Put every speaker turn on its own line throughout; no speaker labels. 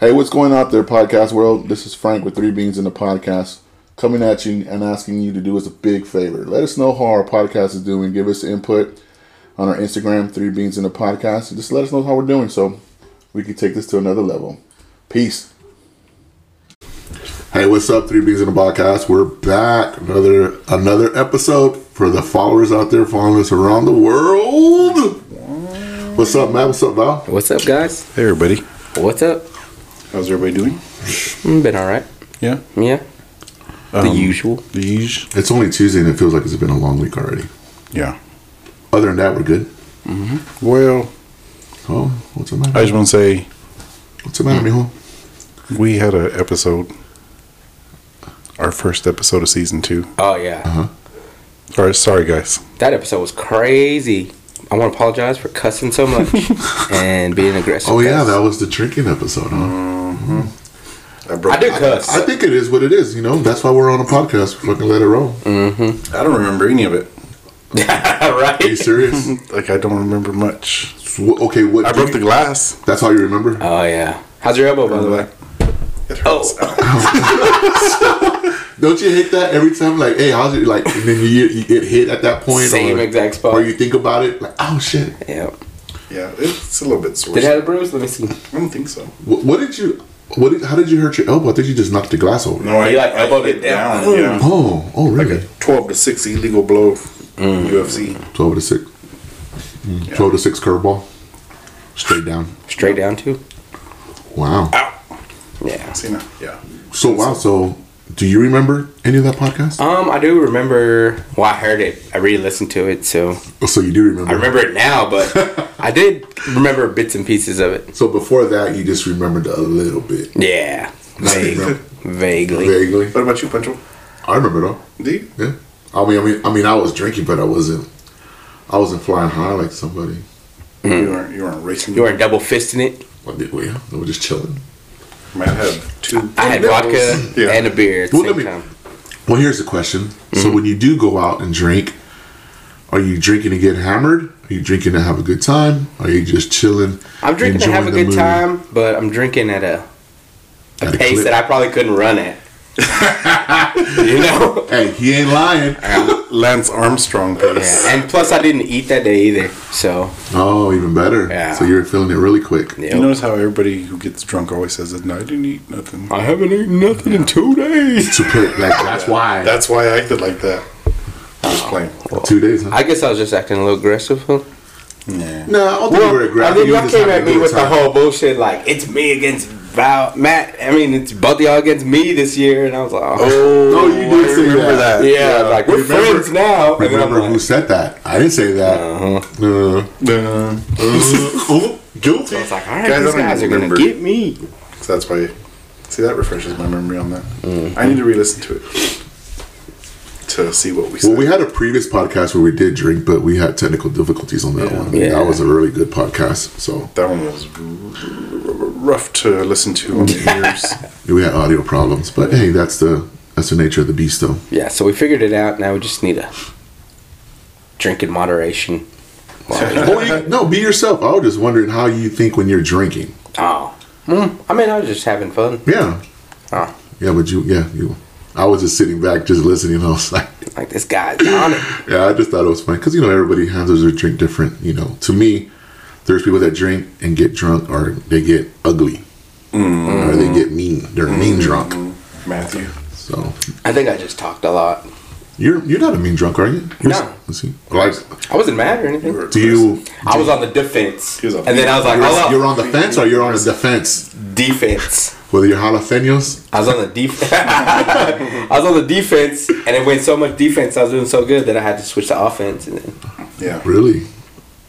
Hey, what's going on out there, podcast world? This is Frank with Three Beans in the Podcast coming at you and asking you to do us a big favor. Let us know how our podcast is doing. Give us input on our Instagram, Three Beans in the Podcast. Just let us know how we're doing so we can take this to another level. Peace. Hey, what's up, Three Beans in the Podcast? We're back. Another another episode for the followers out there following us around the world. What's up, Matt? What's up, Val?
What's up, guys?
Hey everybody,
What's up?
how's everybody doing?
Mm, Been all right.
Yeah,
Yeah. the
Um,
usual.
the usual.
It's only Tuesday and it feels like it's been a long week already.
Yeah.
Other than that, we're good.
Well,
Oh, what's the
I
matter?
just want to say
What's the matter, mijo?
we had an episode, our first episode of season two.
Oh yeah.
Or sorry, guys.
That episode was crazy. I want to apologize for cussing so much and being aggressive.
Oh yeah,
Cuss.
that was the drinking episode. Huh?
I broke.
I do cuss.
I think it is what it is. You know, that's why we're on a podcast. Fucking let it roll.
I don't remember any of it.
Are you serious?
Like I don't remember much.
So, wh- okay, what?
I broke the glass.
That's all you remember?
oh yeah. How's your elbow, by the way? Oh,
Don't you hate that every time? Like, hey, how's it? Like, and then you, you get hit at that point.
Same
or,
exact spot.
Or you think about it, like, oh shit.
yeah.
Yeah, it's a little bit sore.
Did it have a bruise? Let me see.
I don't think so.
What, what did you? What? Did, how did you hurt your elbow? I think you just knocked the glass over.
No, I,
You, like,
I
elbowed
hit
it
it
down.
down. Yeah,
Oh, oh, really?
like a twelve to six illegal blow.
Mm.
UFC.
Twelve to six. Mm, Twelve to six curveball. Straight down.
Straight down too.
Wow.
Yeah.
See now? Yeah.
So wow. So, do you remember any of that podcast?
Um, I do remember. Well, I heard it. I re-listened to it, so
Oh, so you do remember.
I remember it now. But I did remember bits and pieces of it.
So before that, you just remembered a little bit
Yeah. Vague, vaguely.
vaguely.
What about you, Pancho?
I remember though.
Do you?
Yeah. I mean, I mean, I mean, I was drinking, but I wasn't. I wasn't flying high like somebody.
You weren't. You weren't racing.
Mm. You weren't double fisting it.
I did we? I was just chilling.
Matt had two.
I had vodka
Yeah.
and a beer at the
Well,
same
let me-
time.
Well, here's the question.
Mm-hmm.
So when you do go out and drink, are you drinking to get hammered? Are you drinking to have a good time? Are you just chilling?
I'm drinking to have a
enjoying the mood?
good time, but I'm drinking at a, a
At a
pace
clip.
that I probably couldn't run at. you know?
Hey, he ain't lying.
Uh,
Lance Armstrong.
Yeah. And plus, I didn't eat that day either. So,
Oh, even better.
Yeah.
So you're feeling it really quick.
yeah.
You notice how everybody who gets drunk always says, "No, I didn't eat nothing."
I haven't eaten nothing in two days.
To put it, like that's why.
That's why I acted like that. Just playing.
Two days. Huh?
I guess I was just acting a little aggressive. Huh?
Yeah.
no, I don't think
Well,
you were aggressive.
I mean,
You were
y'all
just
came
having
at
a
me
good
with the
time.
whole bullshit like, it's me against Val, Matt. I mean, it's both of y'all against me this year. And I was like, oh.
No, you did
I
say
remember
that.
that.
Yeah, like, we're
Oh, Remember-
friends now. And then I'm
Remember
like, uh-huh.
who said that? I didn't say that. Uh,
Uh,
oh, guilty.
I was like, all right,
Guys, I
these
don't
guys are going to
remember.
get me.
so that's why. See, that refreshes my memory on that. I need to re-listen to it to see what we said.
Well, we had a previous podcast where we did drink, but we had technical difficulties on that one. I mean,
Yeah.
That was a really good podcast. So
That one was r- r- rough to listen to on the ears.
we had audio problems, but hey, that's the that's the nature of the beast, though.
Yeah, so we figured it out. Now we just need to drink in moderation.
oh, you, no, be yourself. I was just wondering how you think when you're drinking.
Oh. Mm, I mean, I was just having fun.
Yeah,
Oh,
yeah, but you, yeah, you. I was just sitting back, just listening. I was like,
like this guy's on it.
Yeah, I just thought it was funny because you know everybody handles their drink different. You know, to me, there's people that drink and get drunk, or they get ugly,
Mm.
or they get mean. They're mean drunk.
Matthew.
So
I think I just talked a lot.
you're you're not a mean drunk, are you? You're-
No.
Let's see. Like,
I wasn't mad or anything.
do you?
I was on the defense.
He was a-
and then I was like, hold
You're,
up.
you're on the fence, or you're on the defense.
defense.
Whether you're jalapenos,
I was on the defense. I was on the defense, and it went so much defense. I was doing so good that I had to switch to offense. And then,
Yeah.
really?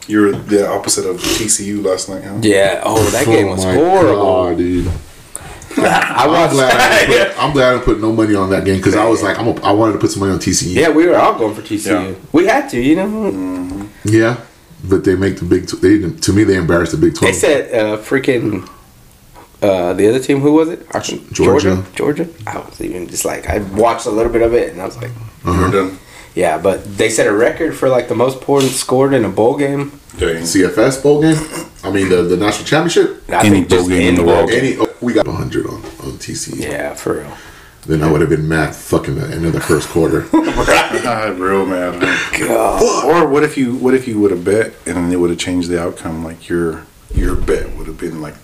You were the opposite of TCU last night, huh?
yeah. Oh, that game was
my
horrible.
God, dude.
I
I'm
watched.
glad. I
that.
didn't put, I'm glad I put no money on that game because I was like, I'm a, I wanted to put some money on E. TCE.
Yeah, we were all going for TCU.
Yeah.
We had to, you know.
Yeah, but they make the big. Tw- they to me they embarrassed the Big Twelve.
They said uh, freaking uh, the other team. Who was it? Ar- Georgia. Georgia. I was even just like I watched a little bit of it and I was like,
You were done.
Yeah, but they set a record for like the most points scored in a bowl game.
Dang.
CFS bowl game. I mean the, the national championship.
I
Any
think just
bowl game in the
bowl
world.
game.
Any oh, we got 100 on on TCU.
Yeah, for real.
Then I would have been mad fucking the end of the first quarter.
I'm real mad.
God.
Or what if you what if you would have bet and then it would have changed the outcome? Like your your bet would have been like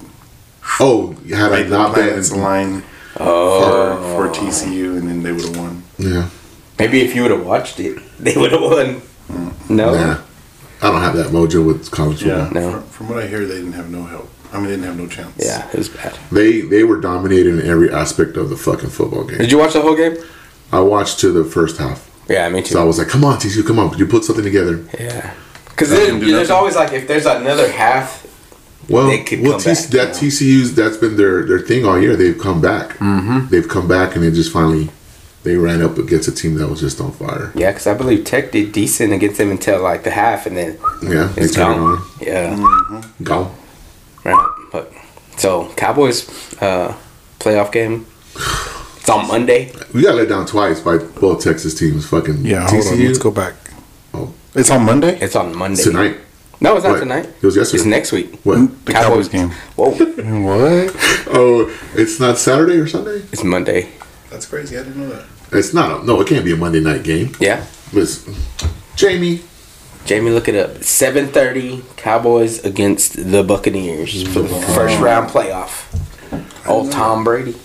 oh, had I
like
not been
planets line for, for TCU and then they would have won.
yeah,
Maybe if you would have watched it, they would have won. No.
nah. I don't have that mojo with college football.
No.
From, from what I hear, they didn't have no help. I mean, they didn't have no chance.
Yeah, it was bad.
They they were dominating in every aspect of the fucking football game.
Did you watch the whole game?
I watched to the first half,
Yeah, me
so I
too.
was like, "Come on, TCU, come on, could you put something together?"
Yeah. Because
can do
there's
nothing.
always like if there's another half
Well,
They could
well
come
T-
back,
that
you
TCU's that's been their their thing all year. They've come back. Mm-hmm. They've come back, and they just finally they ran up against a team that was just on fire.
Yeah, because I believe Tech did decent against them until like the half, and then
Yeah, they
it's
turned it
gone.
on.
Yeah,
Gone.
right. But so Cowboys uh, playoff game. It's on Monday.
We got let down twice by both Texas teams. Fucking
Yeah, hold on.
TCU
Let's go back.
It's on Monday.
It's on Monday.
tonight.
No, it's not
What?
tonight.
It was yesterday.
It's next week.
What?
The Cowboys, game.
Whoa,
What?
Oh, it's not Saturday or Sunday.
it's Monday.
That's crazy. I didn't know that.
It's not. A, no, it can't be a Monday night game.
Yeah,
Listen, Jamie.
Jamie, look it up. Seven thirty. Cowboys against the Buccaneers for the first round playoff. Old Tom Brady.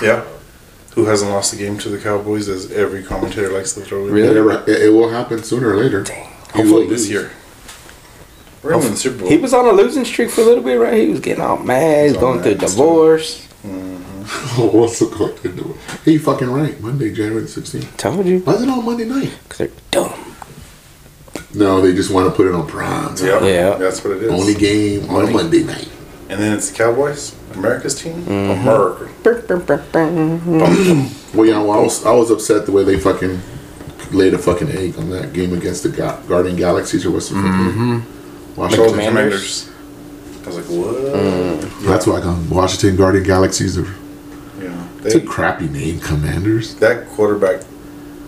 Yeah. Who hasn't lost a game to the Cowboys, as every commentator likes to throw in?
Really?
It, it- it will happen sooner or later. You will
Hopefully this
lose.
year. We're going to win the Super Bowl.
He was on a losing streak for a little bit, right? He was getting all mad. He's
all
going through
mad and stuff.
divorce.
Oh, what's the court to do? Hey, you fucking right. Monday, January 16th.
Told you.
Why is it on Monday night?
Because they're dumb.
No, they just want to put it on prime. time.
yeah,
Yeah.
that's what it is.
Only game on a Monday night.
and then it's the Cowboys, America's team,
Mm-hmm.
America.
Well, yeah, well, I was I was upset the way they fucking laid a fucking egg on that game against the Ga- Guardian Galaxies or what's the fucking
Charles
Washington.
Commanders. Mm-hmm.
Commanders. I was like, what?
That's why I got Washington Guardian Galaxies. Are,
Yeah.
it's a
They,
crappy name, Commanders.
that quarterback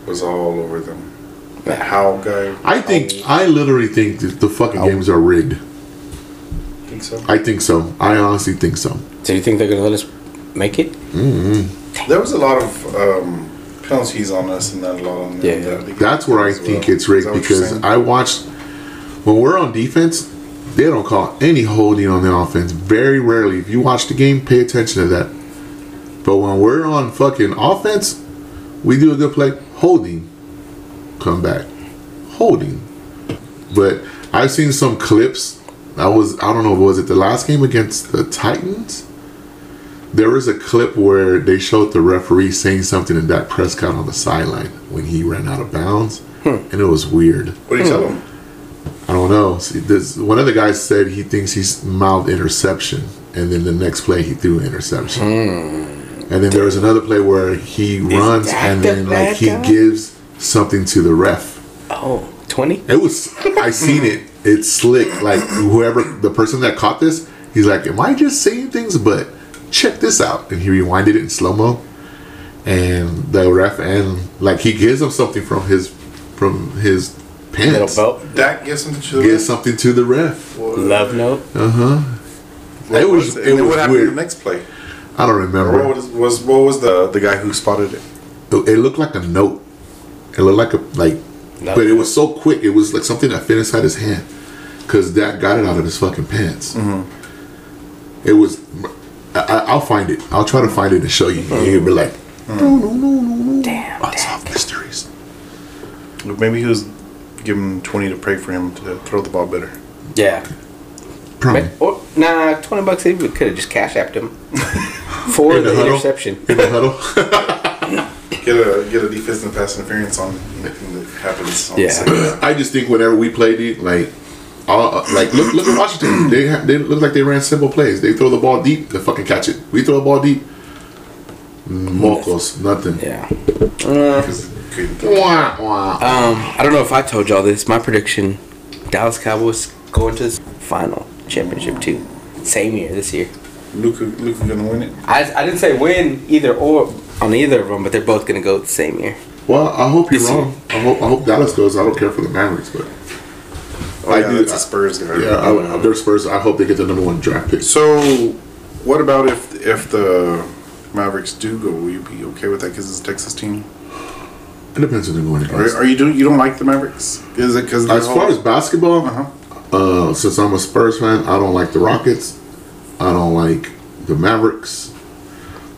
was all over them. That Howe guy.
I think I literally think that the fucking games are rigged.
I think so.
I think so. I honestly think so.
So you think they're gonna let us make it?
There was a lot of um, penalties on us and not a lot on them.
Yeah.
that they
That's where I
as well.
think it's
Is
rigged
that what you're
because
saying?
I watched when we're on defense, they don't call any holding on the offense. Very rarely. If you watch the game, pay attention to that. But when we're on fucking offense, we do a good play, holding, come back, holding. But I've seen some clips. I was I don't know was it the last game against the Titans? There was a clip where they showed the referee saying something to Dak Prescott on the sideline when he ran out of bounds,
Hmm.
and it was weird.
What do you tell them?
I don't know. See, this, one of the guys said he thinks he's mouthed interception, and then the next play he threw an interception. And then there was another play where he runs
Hmm. that
and
the
then like
bad
he
guy?
gives something to the ref.
Oh, 20?
It was I seen it. It's slick. Like whoever the person that caught this, he's like, "Am I just saying things?" But check this out, and he rewinded it in slow mo, and the ref and like he gives him something from his from his pants.
Dak gives them to the
Gives something to the ref.
Love note.
It was it
And then
was
what happened in
weird.
the next play?
I don't
Or What
remember.
was, was what was the the guy who spotted it?
It looked like a note. It looked like a like,
No.
but it was so quick. It was like something that fit inside his hand, because that got it out of his fucking pants. It was. I- I, I'll find it. I'll try to find it and show you. And you'll be like,
Damn.
unsolved mysteries.
Maybe he was giving twenty to pray for him to throw the ball better.
Yeah.
Probably.
But, or, nah, 20 bucks, he could have just cash apped him for
In the
the,
huddle?
interception.
In the huddle.
Get a get a defensive pass interference on anything that happens. On
Yeah.
The second half.
I just think whenever we played it, like, all, like look, look at Washington. They ha- they look like they ran simple plays. They throw the ball deep, they fucking catch it. We throw the ball deep, mocos, nothing.
Yeah. Uh,
'Cause couldn't throw.
Wah, wah.
Um, I don't know if I told y'all this. My prediction Dallas Cowboys going to the final championship, too. Same year, this year.
Luka Luka gonna win it.
I, I didn't say win either or on either of them, but they're both going to go the same year.
Well, I hope you're
This
wrong. I hope, I hope Dallas goes. I don't care for the Mavericks, but
Oh,
I
yeah,
do-
that's a Spurs guy.
yeah, I, they're Spurs. I hope they get the number one draft pick.
So, what about if if the Mavericks do go? Will you be okay with that? Because it's a Texas team.
It depends on who they're going
Are,
against.
are you doing? You don't like the Mavericks? Is it because
As far as basketball,
uh-huh.
Uh, since I'm a Spurs fan, I don't like the Rockets. I don't like the Mavericks.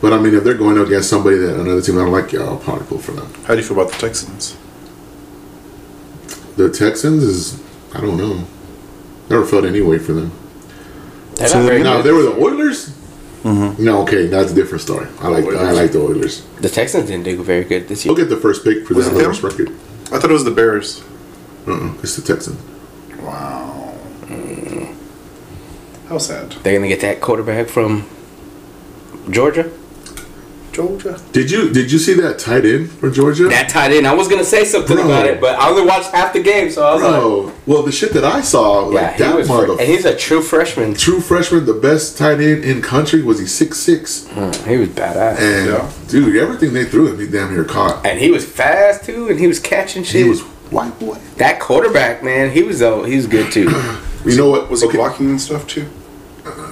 But I mean, if they're going against somebody that another team I don't like, yeah, I'll probably pull for them.
how do you feel about the Texans?
The Texans is, I don't know. Never felt any way for them.
They're not very
Now, if
good.
they were the Oilers, no, okay, that's a different story. I like I
Oilers.
like the Oilers.
The Texans didn't do very good this year.
Look at the first pick for the
Was it them?
Oilers record.
I thought it was the Bears.
Uh-uh, it's the Texans.
Wow. How sad.
They're gonna get that quarterback from Georgia.
Georgia.
Did you did you see that tight end for Georgia?
That tied in. I was gonna say something
Bro.
about it, but I only watched half the game, so I was
Bro, Oh, well, the shit that I saw,
like,
like
"Yeah,
that
he was." fr-
motherfucker.
and he's a true freshman.
true freshman, the best tight end in country was he six six,
Mm, He was badass,
and
Yeah.
dude, everything they threw at me damn near caught.
and he was fast too, and he was catching shit.
He was white boy.
that quarterback, man. He was uh, he was good too.
You know what?
Was
okay,
he blocking and stuff too?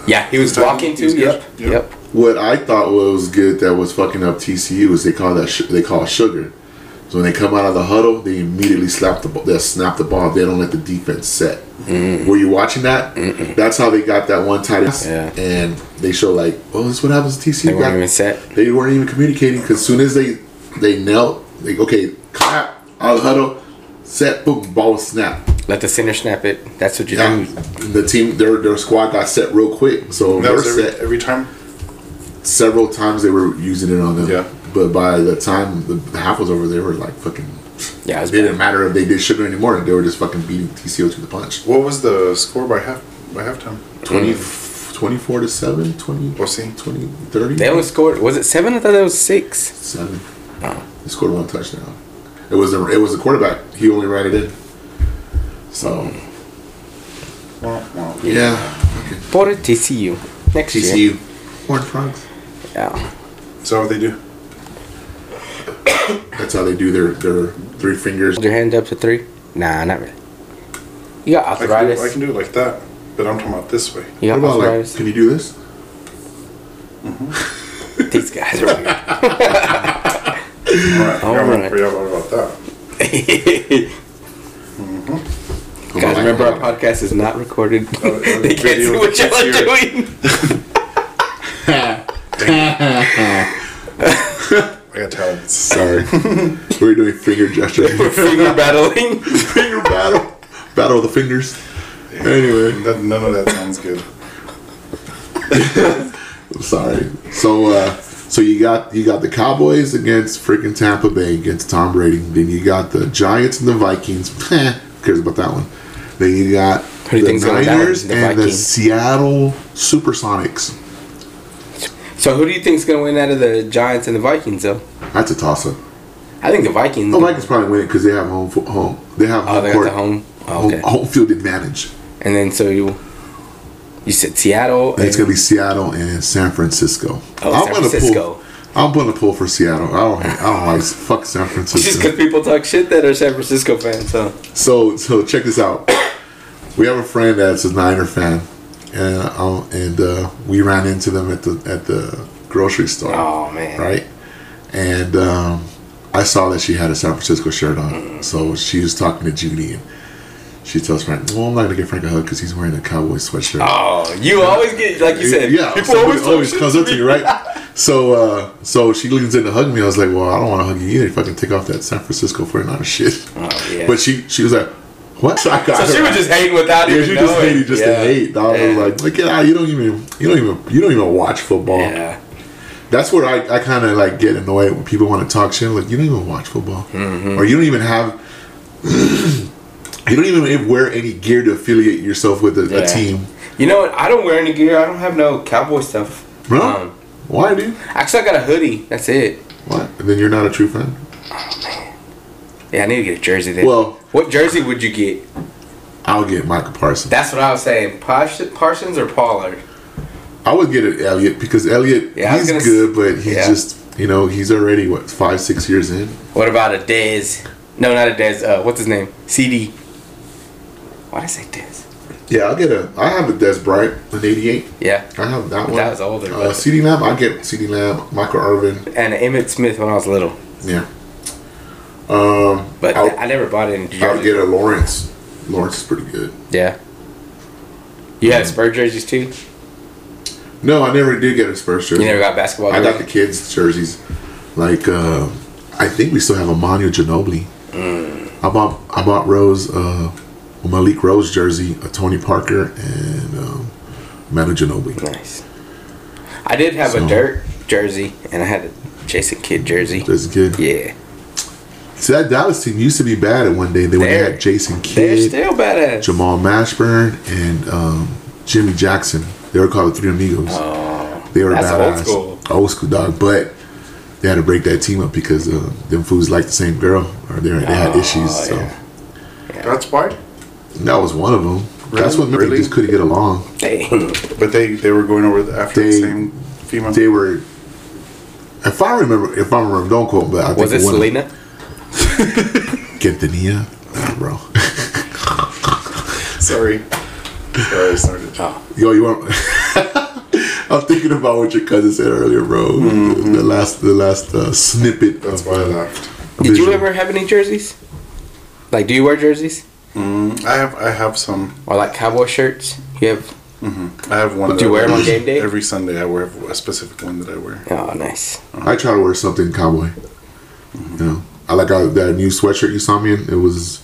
yeah, he was
He was
walking
good.
too. Yep,
Yep.
yep.
What I thought was good that was fucking up TCU is they call that sh- they call it sugar. So when they come out of the huddle, they immediately slap the ball. They snap the ball. They don't let the defense set. Were you watching that? That's how they got that one tight end.
Yeah.
And they show like, oh, this is what happens to TCU.
They weren't
back-
even set.
They weren't even communicating because soon as they they knelt, they okay, clap, out of the huddle, set, boom, ball was snapped.
Let the center snap it. That's what you
Yeah.
do.
The team their their squad got set real quick. So
That
they're
was every,
set
every time.
several times they were using it on them.
Yeah.
But by the time the the half was over, they were like fucking.
Yeah, it
It
was
didn't
bad.
matter if they did sugar anymore. They were just fucking beating TCO to the punch.
What was the score by half by halftime?
Mm.
20, 24 to 7, 20,
We'll see.
20 30.
They only scored. Was Oh. it seven? I thought that was six.
Seven. He scored one touchdown. It was a, it was a quarterback. He only ran it in. So
Wow, wow.
yeah,
For the TCU next year.
TCU. Horned Frogs.
Yeah.
Is that what they do?
That's how they do their their three fingers.
Hold your hand up to three. Nah, not really. You got
I can,
arthritis.
do, I can do it like that, but I'm talking about this way.
You
What
got
about like?
arthritis.
Can you do this?
These guys are weird.
All right.
All
yeah,
right.
I'm, yeah, what about that?
Oh
Guys, remember our podcast is not recorded.
Oh, oh,
they can't see
video
what y'all are doing.
I got talents.
Sorry, we're doing finger gesture,
We're finger battling.
finger battle, battle of the fingers. Anyway,
That, none of that sounds good.
I'm sorry. So, uh, so you got you got the Cowboys against freaking Tampa Bay against Tom Brady. Then you got the Giants and the Vikings. Who cares about that one? Then you got
do you
the
think's gonna die?
Niners
The
and the
Vikings.
Seattle Supersonics.
So who do you think's gonna win out of the Giants and the Vikings though?
That's a toss up.
I think the Vikings.
The Oh, Vikings probably win it because they have home fo- home. They have
Oh,
home
they got
court,
the home. oh,
home,
okay.
home field advantage.
And then so you, you said Seattle.
And oh. it's
and-
gonna be Seattle and San Francisco.
Oh, San
gonna
Francisco.
Pull, I'm gonna pull for Seattle. I don't. I don't like fuck San
just because
Francisco.
people talk shit that are San Francisco fans. So
So so check this out. We have a friend that's a Niner fan, and um, and uh, we ran into them at the at the grocery store.
Oh, man.
Right, and um, I saw that she had a San Francisco shirt on.
Mm.
So she was talking to Judy, and she tells Frank, "Well, I'm not gonna give Frank a hug because he's wearing a cowboy sweatshirt."
oh, you always get like you said.
yeah,
people
somebody
always
always,
talk shit
comes up to you, right? So, uh, so she leans in to hug me. I was like, well, I don't want to hug you either. If I can take off that San Francisco 49 shit.
Oh, yeah.
But she, she was like, what? So, I got
So she
her.
was just hating without
Yeah,
even
she
knowing.
just hated just to
Yeah.
hate. Dog. I was
Yeah.
like, oh. look at out. You don't even, you don't even, you don't even watch football.
Yeah.
That's where I, I kind of like get annoyed when people want to talk shit. Like, you don't even watch football,
Mm-hmm.
or you don't even have, you don't even wear any gear to affiliate yourself with a,
Yeah.
a team.
You know what? I don't wear any gear. I don't have no cowboy stuff.
Bro,
Um,
why, dude?
actually, I got a hoodie. That's it.
What? Then you're not a true fan.
Yeah, I need to get a jersey then.
Well-
what jersey would you get?
I'll get Michael Parsons.
That's what I was saying. Pars- Parsons or Pollard?
I would get it Elliott because Elliott
Yeah, I was
he's
gonna s-
good, but he's
yeah.
just You know, he's already what five, six years in.
What about a Dez? No, not a Dez. Uh, what's his name? CD. Why did I say Dez?
Yeah, I'll get a. I have a Des Bryant, an '88.
Yeah.
I have that one.
That was older,
Uh,
but-
CD Lamb, I get CD Lamb, Michael Irvin.
And Emmett Smith when I was little.
Yeah. Um,
But
I'll,
I never bought any
I'll
jerseys.
get a Lawrence. Lawrence is pretty good.
Yeah. You had Spurs jerseys too?
No, I never did get a Spurs jersey.
You never got basketball
I
jerseys?
got the kids' jerseys. Like, uh, I think we still have Emmanuel Ginobili.
Mm.
I bought I bought Rose, uh, Malik Rose jersey, a Tony Parker, and um, Manu Ginobili.
Nice. I did have
So-
a Dirt jersey and I had a Jason Kidd jersey.
That's good.
Yeah.
See, that Dallas team used to be bad at one day. They, when they
They're-
had Jason
They're
Kidd,
still badass.
Jamal Mashburn, and um, Jimmy Jackson. They were called the Three Amigos. they were
Oh, that's old
badass.
school.
Old school dog. But they had to break that team up because uh, them fools liked the same girl, or they, they had issues. So
Oh, yeah.
That's why.
that was one of them. That's what
Really?
they just couldn't get along.
Dang.
But they they were going over the, after the
They-
same female.
They were. If I remember, if I remember, don't quote, but I think
Was it
one of-
Selena?
Quintanilla? Nah, bro.
Sorry. Sorry, I started.
Ah.
Yo, you want? I'm thinking about what your cousin said earlier, bro.
Mm-hmm.
The last, the last uh, snippet.
That's
of,
why I
uh,
laughed.
Did you
visual.
ever have any jerseys? Like, do you wear jerseys?
I have I have some.
Or like cowboy shirts? You have.
I have one.
Do you
that I
wear 'em on game day?
Every Sunday, I wear a specific one that I wear.
Oh, nice.
I try to wear something cowboy.
Mm-hmm.
You know, I like uh, that new sweatshirt you saw me in. It was,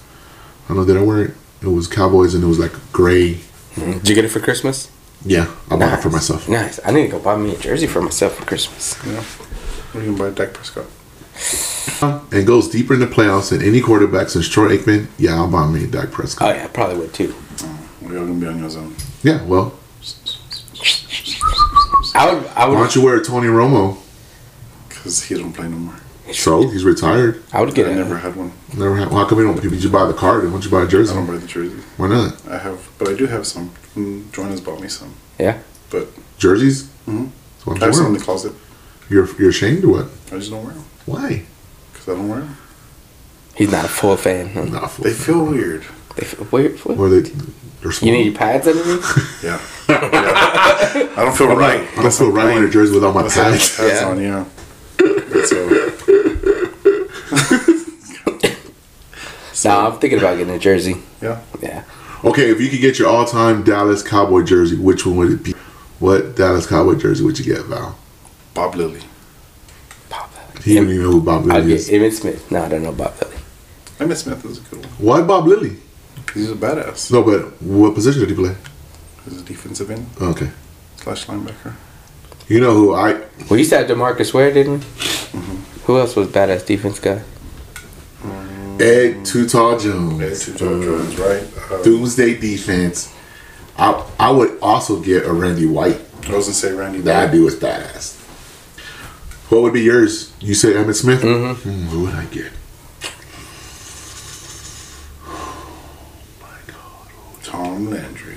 I don't know, did I wear it? It was cowboys and it was like gray.
Did you get it for Christmas?
Yeah, I bought it for myself.
Nice. I need to go buy me a jersey for myself for Christmas.
We can buy Dak Prescott.
And goes deeper in the playoffs than any quarterback since Troy Aikman. Yeah, I'll buy me Dak
Oh
Prescott.
yeah, I probably would too.
We all gonna be on your zone.
Yeah, well,
I would. I
why
would.
don't you wear a Tony Romo?
Cause he don't play no more.
So he's retired.
I would get
I
a,
never had one.
Never. Had, well, how come you don't? You just buy the card. Why don't you buy a
I
jersey?
don't buy the jersey.
Why not?
I have, but I do have some. Mm, Joanna's bought me some.
Yeah.
But
Jerseys. So
Mhm.
why
I have
don't you
some
wear
in the
them?
closet.
You're you're ashamed or what?
I just don't wear them.
Why?
Cause I don't wear them.
He's not a full fan. huh?
Not full.
They feel weird.
They feel weird. What?
Or they they're small.
You need your pads underneath.
Yeah. Yeah. I don't feel right.
I don't feel right wearing a jersey without my
That's how
pads.
it's yeah.
Yeah.
on, yeah. But so,
nah, I'm thinking about getting a jersey.
yeah.
Yeah.
Okay, if you could get your all-time Dallas Cowboy jersey, which one would it be? What Dallas Cowboy jersey would you get, Val?
Bob Lilly.
Pop
He don't even know who Bob
I'd
Lilly
get
is.
Emmett Smith. No, I don't know about Billy.
Emmett Smith is a good one.
Why Bob Lilly?
He's a badass.
No, but what position did he play?
He's a defensive end
Okay,
slash linebacker.
you know who I?
We used to have Demarcus Ware, didn't we? Who else was badass defense guy?
Ed Tutar Jones.
Yeah, two Joe Jones, right? Uh,
Doomsday defense. I I would also get a Randy White.
I was gonna say Randy.
That
That
dude was badass. What would be yours? You say Emmett Smith. Mm-hmm. who would I get?
Tom Landry.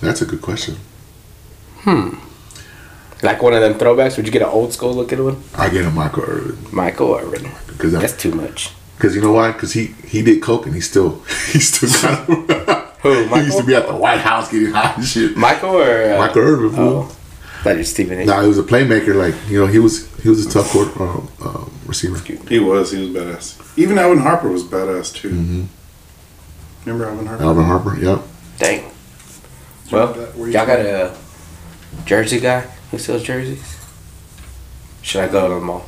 That's a good question.
Like one of them throwbacks? Would you get an old school looking one?
I get a Michael Irvin.
Michael Irvin.
Because
That's too much.
because you know why? Because he he did coke and he still he still got
Who,
he used
Michael?
to be at the White House getting high and shit.
Michael or uh,
Michael Irvin, fool.
Oh, that is Stephen A.
Nah, he was a playmaker. Like you know, he was he was a tough court uh, um, receiver.
He was. He was badass. Even Alvin Harper was badass too. Remember Alvin Harper?
Alvin Harper. Yep.
Dang. Well,
Remember that? Where
y'all
you
got
from?
a jersey guy who sells jerseys? Should I go to the mall?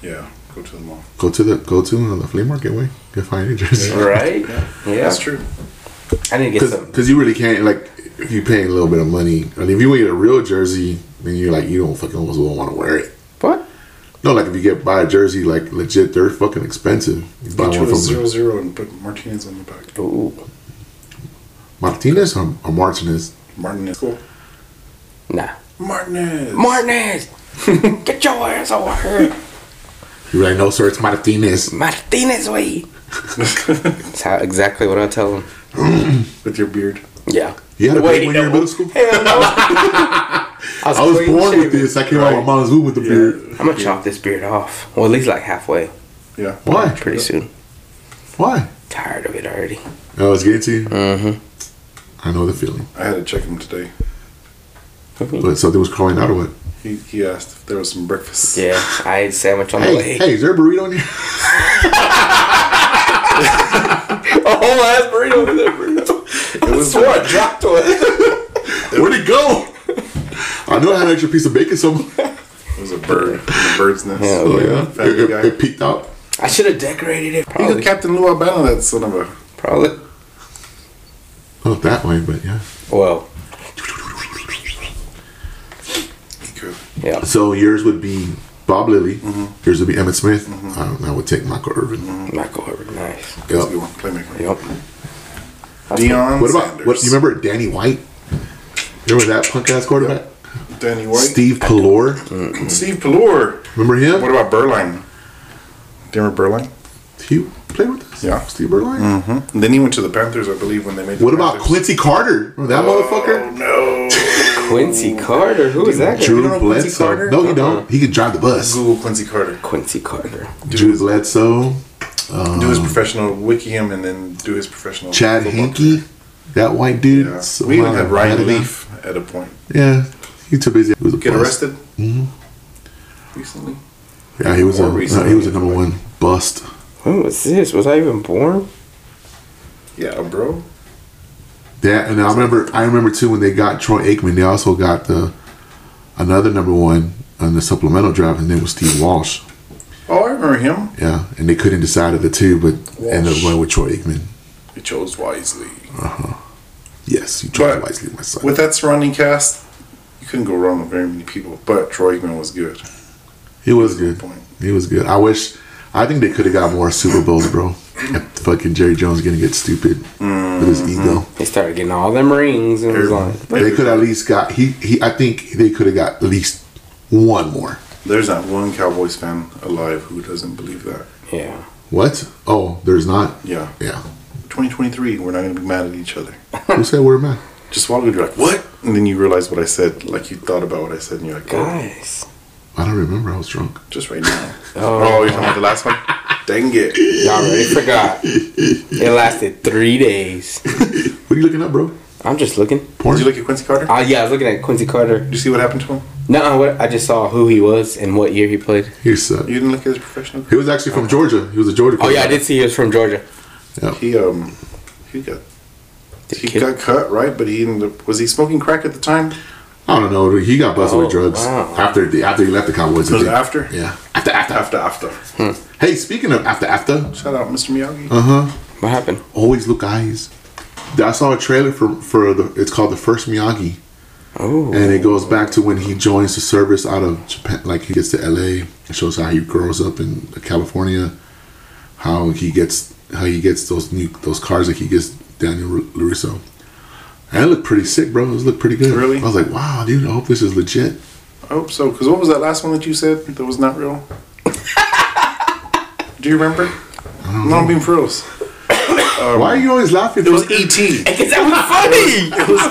Yeah. Go to the mall.
Go to the go to uh, the flea market way. You can find any jersey.
Right? yeah.
That's true.
I need to get some.
Because you really can't like if you paying a little bit of money. I mean, if you want to get a real jersey, then you're like you don't fucking almost won't want to wear it.
What?
No, like if you get buy a jersey, like legit, they're fucking expensive. You buy
Get you
one
a
from
zero zero and put Martinez on the back.
Ooh.
Martinez or, or Martinez.
Martinez. Cool.
Nah.
Martinez.
Martinez! get your ass over here!
You're like, no, sir, it's Martinez.
Martinez way! That's how, exactly what I tell him.
With your beard.
Yeah.
You had a
Wait,
beard when you were in
no.
middle school.
Hell no. I was,
I was
clean
born with
shaven.
this. I came out with Mama's womb with the beard.
I'm gonna chop this beard off. Well, at least like halfway,
Yeah.
Why?
pretty soon.
Why?
Tired of it already.
Oh, it's getting to you.
Mm-hmm.
I know the feeling.
I had to check him today.
But something was crawling out of it.
He, he asked if there was some breakfast.
Yeah, I ate sandwich on the
Hey,
way.
hey, is there a burrito in here?
A whole ass Oh, burrito in there, burrito. It was swore I dropped one.
Where'd it go? I know I had an extra piece of bacon somewhere.
It was a bird. A bird's nest.
Hell
Oh, yeah.
Family
It,
guy.
it, it peeked out.
I should have decorated it.
He could
Probably,
Captain Lou Albano, that son of a.
probably.
Not oh, that way, but yeah.
Well,
He could.
yeah.
So yours would be Bob Lilly.
Mm-hmm.
Yours would be Emmett Smith. I, I would take Michael Irvin.
Michael Irvin, nice.
That's a
Yep.
good one. Playmaker.
Yep.
Dion.
What about
Sanders.
what? You remember Danny White? Remember that punk ass quarterback?
Danny White?
Steve Pallor.
Steve Pallor.
Remember him?
What about Berline? Do you remember Berline?
he played with us.
Yeah.
Steve Berline.
Mm-hmm. And then he went to the Panthers, I believe, when they made. The
What about
Panthers.
Quincy Carter? Remember that motherfucker?
Oh
Quincy Carter, who is that? guy? Uh-uh.
Drew
You don't know Quincy
Bledsoe.
Carter?
No, you don't. He could drive the
no!
bus.
Google Quincy Carter.
Quincy Carter.
Drew Bledsoe.
do his professional wiki him, and then do his professional.
Chad
football
Hankey. That white dude.
career. Yeah.
So
We even
wild.
had Ryan Leaf at a point.
Yeah. He too busy. He was a
Get
bust.
arrested. Mm-hmm. Recently.
Yeah, he was a
More
no,
recently.
he was a number one bust.
When was this? Was I even born?
Yeah, bro.
That and I remember I remember too when they got Troy Aikman, they also got the another number one on the supplemental draft, and name was Steve Walsh.
Oh, I remember him.
Yeah, and they couldn't decide of the two, but ended up
Walsh.
going with Troy Aikman.
He chose wisely.
Yes, you chose
But
wisely, my son.
With that surrounding cast, you couldn't go wrong with very many people. But Troy Aikman was good.
he was good.
Point.
He was good. I wish. I think they could have got more Super Bowls, bro. fucking Jerry Jones gonna get stupid with his
Mm-hmm.
ego.
He started getting all them rings and was like,
They could at least got he he. I think they could have got at least one more.
There's not one Cowboys fan alive who doesn't believe that.
yeah.
What? Oh, there's not.
Yeah.
Yeah.
2023, we're not going to be mad at each other.
Who said where am I?
Just while you're like, what? And then you realize what I said, like you thought about what I said, and you're like, oh,
Guys.
I don't remember. I was drunk.
just right now.
Oh,
Oh, you're talking about the last one? Dang it.
y'all already forgot. It lasted three days.
What are you looking up, bro?
I'm just looking.
Porn?
Did you look at Quincy Carter? Did
Uh, yeah, I was looking at Quincy Carter.
you see what happened to him?
No, what I just saw who he was and what year he played.
He sucked.
You didn't look at his professional
He was actually from Georgia. He was a Georgia.
Oh yeah, I did see he was from Georgia.
He, um, he got.
The
He
kid-
got cut, right? But he ended up, was he smoking crack at the time?
I don't know. He got busted
Oh,
with drugs
wow.
after the, after he left the Cowboys. I
Was it
think.
after?
Yeah. After after.
After, after.
Hey, speaking of after after,
Shout out, Mr. Miyagi.
what happened?
always look eyes. I saw a trailer for for the. It's called the first Miyagi,
Oh,
and it goes back to when he joins the service out of Japan. Like he gets to L.A. It shows how he grows up in California, how he gets how he gets those new those cars that he gets Daniel Ru- Larusso. And it looked pretty sick, bro. It looked pretty good.
Really?
I was like, wow, dude. I hope this is legit.
I hope so. Because what was that last one that you said that was not real? Do you remember? No, I'm being froze.
Why are you always laughing?
Oh, It was E
fucker?
E.T.
because that was funny.
It was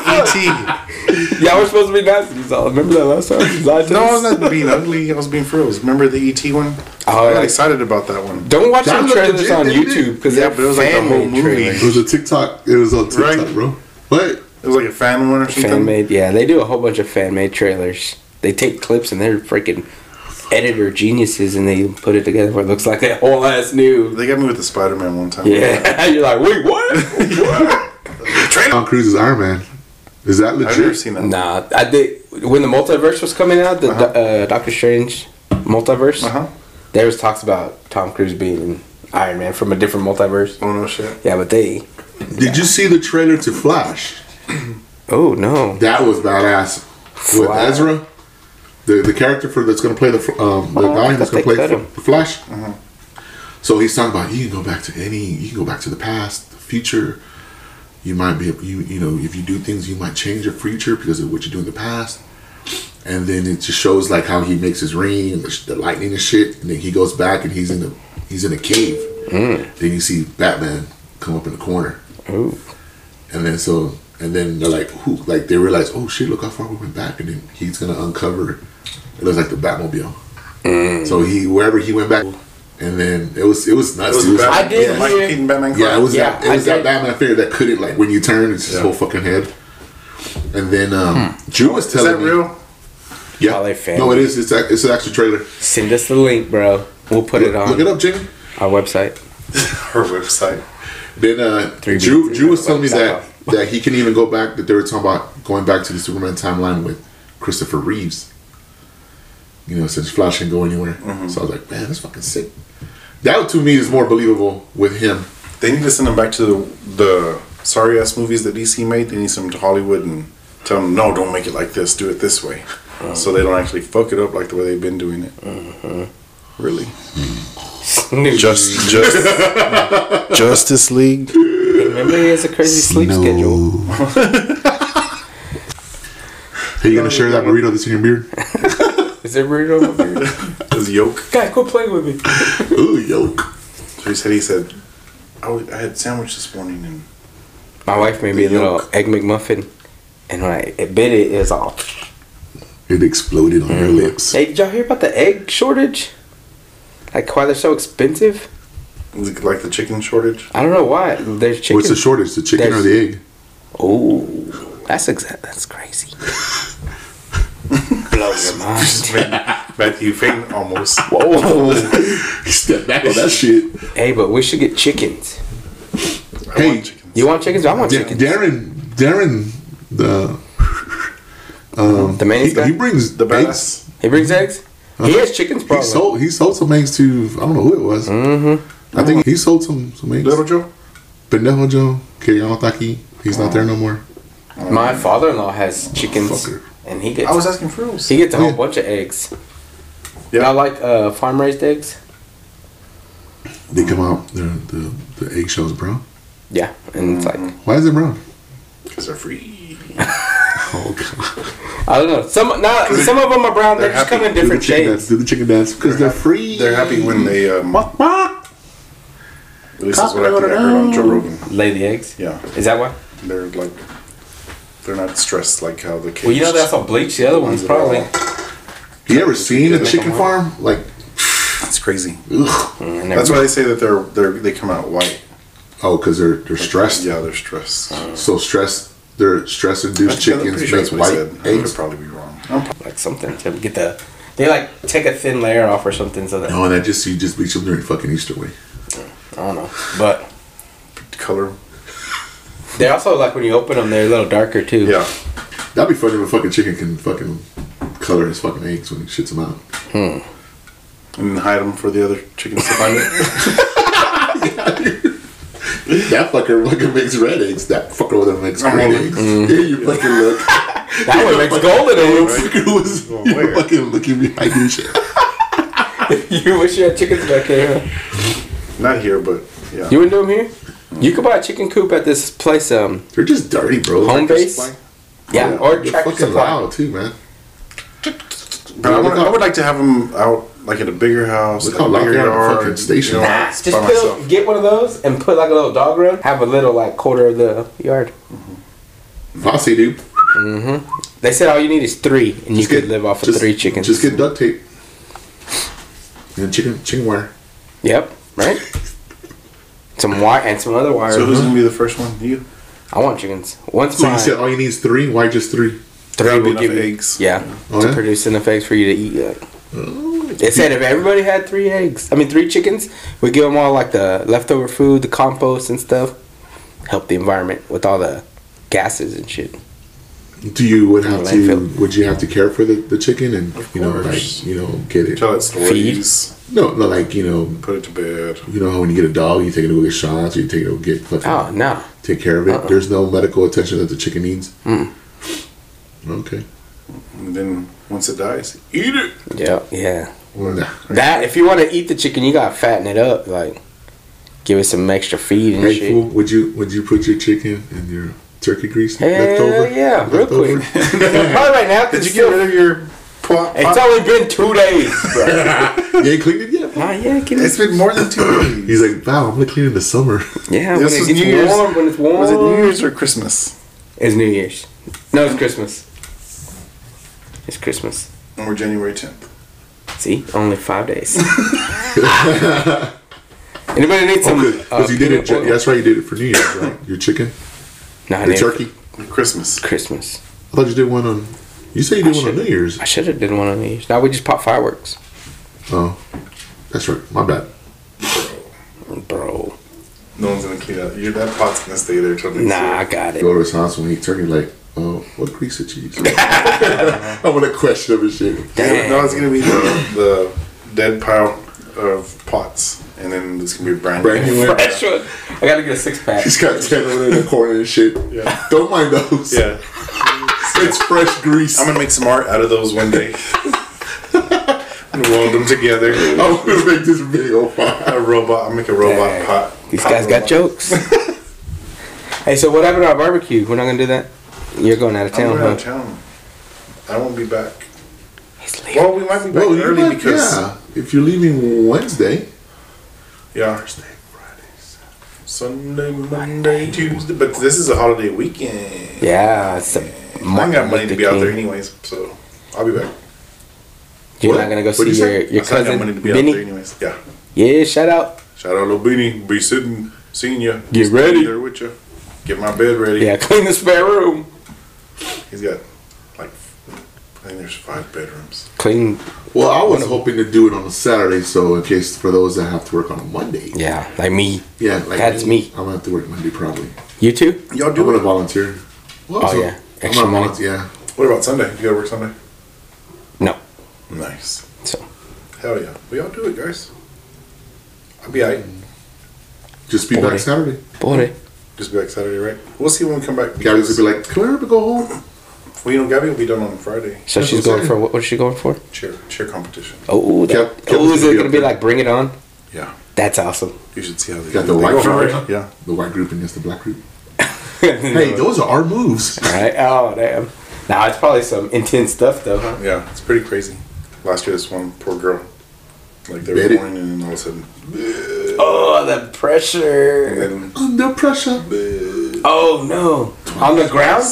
E E.T.
y'all were supposed to be nice. Y'all remember that last time? You lied to
No, I
us?
was not being ugly. I was being froze. Remember the E.T. one?
Oh,
I
yeah.
got excited about that one.
Don't watch
That
them
looked
trailers
legit,
on
didn't it?
YouTube because
Yeah,
they're
but it was like the
fan
whole
made
movie.
It
trailers.
was a TikTok. It was on TikTok,
Right.
bro. What?
It was like a fan one or something.
Fan made, yeah. They do a whole bunch of fan made trailers. They take clips and they're freaking editor geniuses and they put it together where it looks like that whole ass new.
They got me with the Spider Man one time.
Yeah, you're like, wait, what?
Tom Cruise's Iron Man. Is that
I've never
legit?
seen that.
nah, I did when the multiverse was coming out,
Uh-huh.
the uh Doctor Strange multiverse.
Uh huh.
There was talks about Tom Cruise being Iron Man from a different multiverse.
Oh no shit.
Yeah, but they.
Did you see the trailer to Flash?
Oh no.
That was badass. With
Flash.
Ezra, the the character for that's gonna play the fr- um the
Oh, I
guy that's
thought
gonna play
they cut
fr-
him. Uh-huh.
the Flash. So he's talking about you can go back to any, you can go back to the past, the future. You might be you you know if you do things, you might change your future because of what you do in the past. And then it just shows like how he makes his ring and the, sh- the lightning and shit. And then he goes back and he's in the he's in a cave.
Mm.
Then you see Batman come up in the corner.
Ooh.
And then so And then they're like, who? Like they realize, oh shit, look how far we went back, and then he's gonna uncover. It looks like the Batmobile.
Mm.
So he wherever he went back, and then it was it was nuts.
was
It was-
Batman-
I did
Mike
hear-
Keaton Batman.
yeah, it was
Yeah,
that it was
I
that
did.
Batman figure that couldn't like when you turn it's his
Yeah.
whole fucking head. And then um,
Hmm.
Drew was
Is
telling
that
me,
real?
Yeah,
All they found.
no, it is. It's a, it's an actual trailer.
Send us the link, bro. We'll put it on
Look it up, Jimmy.
our website.
Her website.
Then uh,
Three
Drew
beats.
Drew was telling me
Stop.
that that he can even go back. That they were talking about going back to the Superman timeline with Christopher Reeves. You know, since Flash didn't go anywhere,
Mm-hmm.
so I was like, man, that's fucking sick. That to me is more believable with him.
They need to send them back to the, the sorry ass movies that DC made. They need some to Hollywood and tell them, no, don't make it like this. Do it this way.
Uh-huh.
So they don't actually fuck it up like the way they've been doing it. Really?
Snoop.
Just, just.
Justice League.
Remember he has a crazy sleep
No.
schedule.
Are you gonna share that burrito that's in your beard?
Is it weird over here?
His yoke.
God, quit playing with me.
Ooh, yoke.
So he said, he said, I, was- I had sandwich this morning and
My wife made me a
The
little egg McMuffin, and when I it bit it, it was all.
It exploded on your lips.
Mm. Hey, did y'all hear about the egg shortage? Like why they're so expensive?
was it like the chicken shortage.
I don't know why. There's chicken.
What's the shortage, the chicken or
There's-
the egg?
Oh, that's exa- that's crazy. Blows your mind.
Matthew Faint almost.
Whoa.
He stepped back on that shit.
hey, but we should get chickens.
Hey,
chicken.
You want chickens? I want
Da-
chickens.
Darren, Darren, the
the man's
he,
guy.
he brings
The
eggs.
badass.
He brings eggs. He has chickens,
He
probably.
sold he sold some eggs to I don't know who it was.
Mm-hmm.
I think he sold some some eggs.
Little Joe?
Pendejo Joe Kiriamataki. He's not there
Oh.
no more.
My father-in-law has chickens,
Fucker.
and he gets
I was asking for rules.
he gets a whole
Yeah.
bunch of eggs.
Yeah.
I like uh, farm-raised eggs.
They come out the the, the eggshells brown.
Yeah, and it's like
Why is it brown?
Because they're free.
Oh god.
I don't know. Some not some of them are brown. They're,
They're
just come
happy
Do
in
the
different
chicken dance.
shades.
Do the chicken dance because they're, free.
They're happy when they uh, mock mock. At least that's what I think I heard on Joe Rogan.
Lay the eggs.
Yeah,
Is that why?
they're like they're not stressed like how the kids.
Well, you know that's on bleach. The other ones probably.
You ever seen a
Yeah.
chicken farm? Like
that's crazy.
ugh.
I never-
That's why they say that they're they're they come out white.
Oh, because they're they're stressed.
Yeah, they're stressed.
So stress they're stress
I
induced
think- I'm
chickens
pretty sure
make
that's what he
white
said. I could
eggs.
probably be wrong. I'm pro-
like something to get the. They like take a thin layer off or something so that
No, Oh, and I just you just reach them during fucking Easter way.
I don't know. But
color.
they're also like when you open them, they're a little darker too.
Yeah,
That'd be funny if a fucking chicken can fucking color his fucking eggs when he shits them out.
and hide them for the other chickens to find it.
That fucker fucking makes red eggs. That fucker over there makes green eggs. Yeah, you fucking look.
That one makes golden eggs.
Fucker was
Well,
you
where?
fucking looking behind you. shit.
You wish you had chickens back there. Huh?
Not here, but yeah.
You wouldn't do them here. You could buy a chicken coop at this place, um,
They're just dirty, bro.
home base. Yeah, or
They're
tractor
fucking
supply.
loud too, man.
But I would, I would like to have them out like in a bigger house,
Look
like
how
a bigger
loud they are on the
yard,
fucking station.
You know,
Nah,
Nah, just
by myself.
put, get one of those and put like a little dog run. Have a little like quarter of the yard.
Fossy, dude.
They said all you need is three, and you could live off of
just-
three chickens.
Just get duct tape and chicken chicken wire.
yep, right. Some wire and some other wire.
So who's gonna be the first one? You.
I want chickens. Once
So
my
you said all you need is three. Why just three?
three
That'll be
will
enough
give you
eggs.
yeah
Oh,
to
yeah?
produce enough eggs for you to eat. Like.
Mm.
It said if everybody had three eggs, I mean three chickens, we give them all like the leftover food, the compost and stuff. Help the environment with all the gases and shit.
Do you would have to?
Landfill.
Would you have to care for the, the chicken and you know
course.
like you know get it?
Tell it stories.
No, no, like you know
Put it to bed.
You know how when you get a dog, you take it to go get shots, or you take it to go get fucking,
Oh no,
take care of it. There's no medical attention that the chicken needs. Okay.
And then once it dies, eat it.
yeah, yeah.
Well, nah.
That if you want to eat the chicken, you gotta fatten it up. Like, give it some extra feed and
Hey,
shit.
fool, would you would you put your chicken and your turkey grease
Hell yeah, real quick. Probably right now.
Did you get rid of your pot?
It's only been two days, bro.
you ain't cleaned it yet. fool?
Not yet. Give me
It's been more than two days.
He's like, wow, I'm gonna clean in the summer.
Yeah,
This
when
was
it gets
New Year's-
warm, when it's warm.
Was it New Year's or Christmas?
It's New Year's. No, it's Christmas. It's Christmas.
And we're January 10th.
See, only five days. Anybody need some?
Oh,
uh,
Because you did it.
peanut
ju-
oil?
That's right. You did it for New Year's, right? Your chicken,
No, I
your
didn't.
turkey.
Christmas.
Christmas.
I thought you did one on. You said you
I
did one on
should've-
New Year's.
I should have did one on these. Now we just pop fireworks,
Oh, that's right. My bad.
bro.
No one's gonna clean up. Your that pot's gonna stay there till next
Nah, I
year.
got it.
Go to his house when he turkey like, oh, what grease did you use? I'm gonna question every shit.
Damn.
No, it's gonna be the, the dead pile of pots, and then it's gonna be brand
Brand
new.
new one.
Fresh one. I gotta get a six pack.
He's got ten over there in the corner and shit.
Yeah.
Don't mind those.
Yeah,
It's fresh grease.
I'm gonna make some art out of those one day. and weld them together.
I'm gonna make this big old fire.
A robot. I'll make a robot
Oh. Dang.
pot.
These
Pot
guys got
robot.
jokes. hey, so what happened to our barbecue? We're not gonna do that. You're going out of
I'm
town,
going out of
huh?
town. I won't be back.
He's leaving.
Well, we might be back
Well, you
early
might-
because yeah,
yeah, if you're leaving Wednesday,
Thursday, Friday, Saturday, Sunday, Monday, Tuesday. But this is a holiday weekend.
Yeah, it's the
I ain't
Martin
got money
Luther
to be out there
King.
anyways, so I'll be back.
You're
What?
not gonna go
What'd
see
you
your,
say?
your
I said I got money
cousin
to be out there
Benny.
anyways. Yeah.
Yeah, shout out.
Shout out little Beanie. Be sitting, seeing you.
Get ready.
There with you. Get my bed ready.
Yeah, clean the spare room.
He's got like I think there's five bedrooms.
Clean.
well, I was hoping to do it on a Saturday, so in case for those that have to work on a Monday.
Yeah, like me.
Yeah, like
That's me.
I'm gonna have to work Monday probably.
You too?
Y'all
I'm
do
gonna
it.
volunteer. Well,
Oh, yeah.
I'm
Extra
gonna
money.
volunteer. Yeah,
What about Sunday? You gotta work Sunday.
No.
Nice.
So
Hell yeah. We all do it, guys. I'll be alright.
just be
Forty.
back Saturday.
boy.
Just be back Saturday, right? We'll see when we come back.
Gabby's gonna be like, "Can I ever go home?"
well, you know, Gabby will be done on Friday.
So
That's
she's
what
going
I'm
for what? What's she going for?
Cheer, cheer competition.
Oh, that,
Cap- Cap
oh,
is
is
gonna
it
be
gonna
up
be
there.
like bring it on?
Yeah,
That's awesome.
you should see how they
Got
do
the
it.
white
They go
flower.
hard. Yeah,
The white group against the black group. Hey,
hey,
those are our moves.
right? Oh damn. Now it's probably some intense stuff though, huh?
yeah, it's pretty crazy. Last year, this one poor girl, like they
Bet
were
it.
born and then all of a sudden,
Oh, the pressure.
and
Under pressure.
then,
Oh no. On the ground?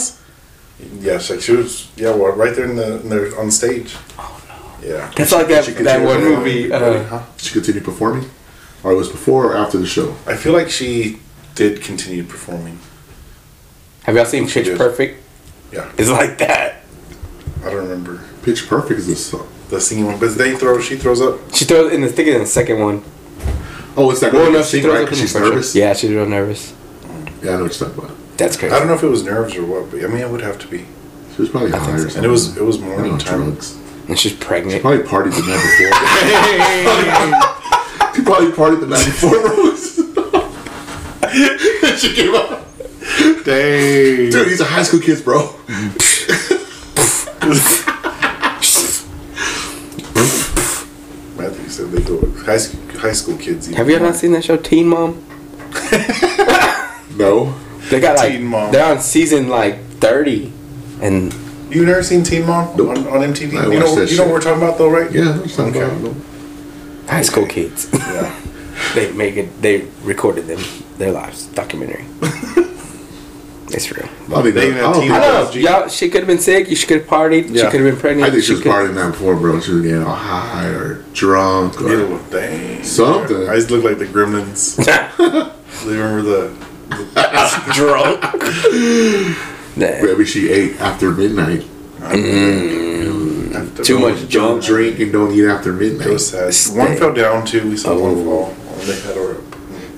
yeah, she, she was yeah, well, right there in the, in the on stage. Oh no. Yeah,
That's like that,
She could
that
do
one
it.
movie. Uh,
Huh?
She continued performing, or it was before or after the show.
I feel like she did continue performing.
have y'all seen Pitch
did.
Perfect?
Yeah,
It's like that.
I don't remember
Pitch Perfect is this song.
the singing one, but they throw, she throws up.
She throws in the thick in the second one.
Oh, it's that
Well,
girl
no,
that
she
sings,
throws
right?
up in
'Cause
the
she's
first one.
nervous.
Yeah, she's real nervous.
yeah, I know what you're talking about.
That's crazy.
I don't know if it was nerves or what, but I mean, it would have to be.
She was probably high or something.
And it was it was
I don't
morning
know,
time.
drugs.
And she's pregnant.
Probably partied the night before. she probably partied the night before. Rose. she came out.
Dang.
Dude, these are high school kids, bro.
Matthew said they go high school, high school kids. Even
Have you not seen that show, Teen Mom?
No.
They got like
Teen Mom.
they're on season like thirty, and
You never seen Teen Mom on, on
I watched
MTV? you know, you
that
know
shit.
what we're talking about though, right?
Yeah, that's not
Okay.
bad. No.
high school kids.
Yeah.
they make it. They recorded them their lives documentary. it's real.
I think that,
They even
I
had
don't
teen
think
I
that-
don't know. Y'all, she could have been sick. You could have partied. She
Yeah.
could have been pregnant.
I think she was
could-
partying the night before, bro. She was getting all high or drunk or
Ew, dang.
Something.
I just look like the Gremlins. you remember the?
drunk. Nah.
maybe she ate after midnight.
after-
Too much
Don't
junk.
drink and don't eat after midnight.
It was sad. One fell down. Two. We saw
Oh.
one fall. And they had Mm. her up.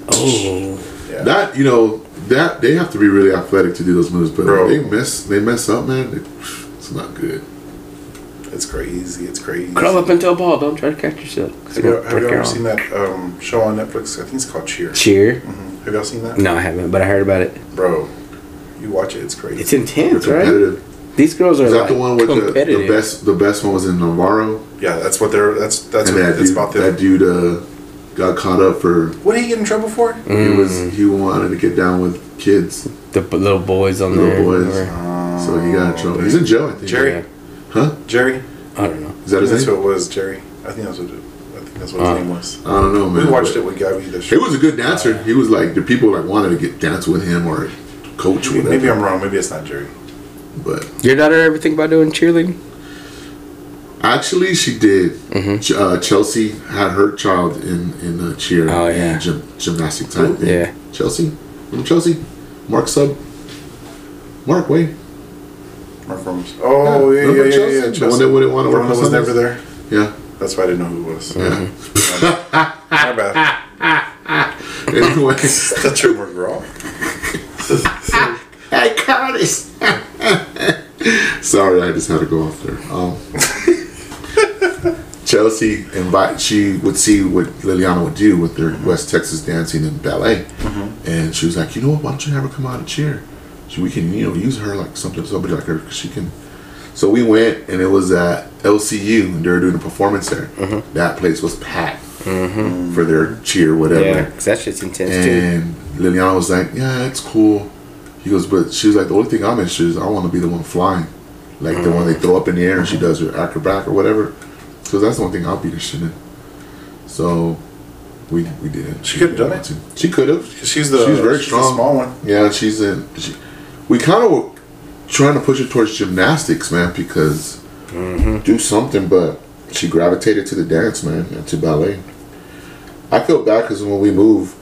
Oh,
Yeah.
That you know that they have to be really athletic to do those moves, but
Bro.
they mess they mess up, man. It, it's not good.
it's crazy. It's crazy.
crawl up into a ball. Don't try to catch yourself. 'cause
Have
you're
you,
gonna
have you
break your
ever seen
arm.
that um, show on Netflix? I think it's called Cheer.
Cheer?
Mhm. Have y'all seen that?
No, I haven't, but I heard about it.
Bro, you watch it. It's crazy.
It's intense, right?
Competitive.
These girls are
Is that
like
the one with the, the
competitive.
best? The best one was in Navarro,
yeah, that's what they're. That's that's
and
what
that
it's
dude,
about them.
that dude uh, got caught up for
What did he get in trouble for?
Mm.
he was he wanted to get down with kids,
the b- little boys on
little
there.
boys,
or-
so he got in trouble. He's in jail, I think.
Jerry,
Yeah.
huh?
Jerry.
I don't know.
Is that his
that's
name?
what it was, Jerry. I think that's what it, I think that's what his
Uh,
name was.
I don't know,
We
man.
watched it
but
with Gabby. The show.
He was a good dancer. He was like the people like wanted to get dance with him or coach,
Maybe,
whatever.
maybe I'm wrong. Maybe it's not Jerry.
But
Your daughter ever think about doing cheerleading?
actually, she did.
Mm-hmm.
Ch- Uh, Chelsea had her child in in uh, cheer
Oh, yeah.
and gym, gymnastic type thing.
Yeah.
Chelsea, from Chelsea, Mark sub, Mark Wade.
Mark Rome's. Oh yeah, yeah, yeah,
Remember
yeah.
Chelsea?
yeah,
The
Chelsea.
one that wouldn't wanna
The
work
one
on
that was
Sundays?
never there.
Yeah.
That's why I didn't know who it was. My bad.
Anyway,
That's your Mark Rome.
hey Curtis. Sorry, I just had to go off there. Um, Chelsea invite she would see what Liliana would do with her West Texas dancing and ballet, and she was like, you know what? Why don't you have her come out and cheer? So we can you know use her like something somebody like her 'cause she can. So we went and it was at LCU and they were doing a performance there. That place was packed for their cheer whatever.
Yeah, 'cause that shit's intense too.
And Liliana was like, "Yeah, it's cool." He goes, but she was like, "The only thing I'm interested is I want to be the one flying, like the one they throw up in the air and she does her acrobatic or whatever." So that's the one thing I'll be interested in. So we we did it.
She could've done it.
She could have.
She's the.
She's very
the
strong.
small one.
Yeah, she's in. She, we kind of were trying to push her towards gymnastics, man, because
Mm-hmm.
do something, but she gravitated to the dance, man, and to ballet. I feel bad because when we move,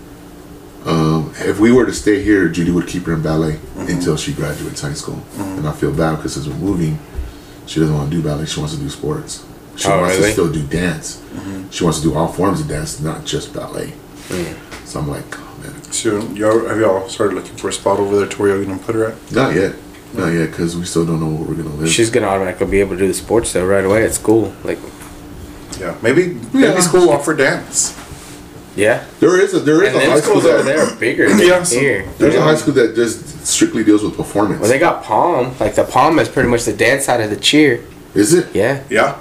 um, if we were to stay here, Judy would keep her in ballet
Mm-hmm.
until she graduates high school, and I feel bad because as we're moving, she doesn't want to do ballet. She wants to do sports. She
Oh,
wants
really? Mm-hmm.
to still do dance. She wants to do all forms of dance, not just ballet. So I'm like, oh, man,
So y'all have y'all started looking for a spot over there to where y'all gonna put her at?
Not yet. Not yet, because we still don't know what we're gonna live.
She's gonna automatically be able to do the sports though right away at school. Like,
Yeah, maybe
Yeah.
maybe school will offer dance.
yeah.
there is a there is
And
a
them
high school
schools
that
over there are bigger than
Yeah, so-
here.
there's a high school that just strictly deals with performance.
Well, they got palm. Like the palm is pretty much the dance side of the cheer.
is it?
Yeah,
Yeah,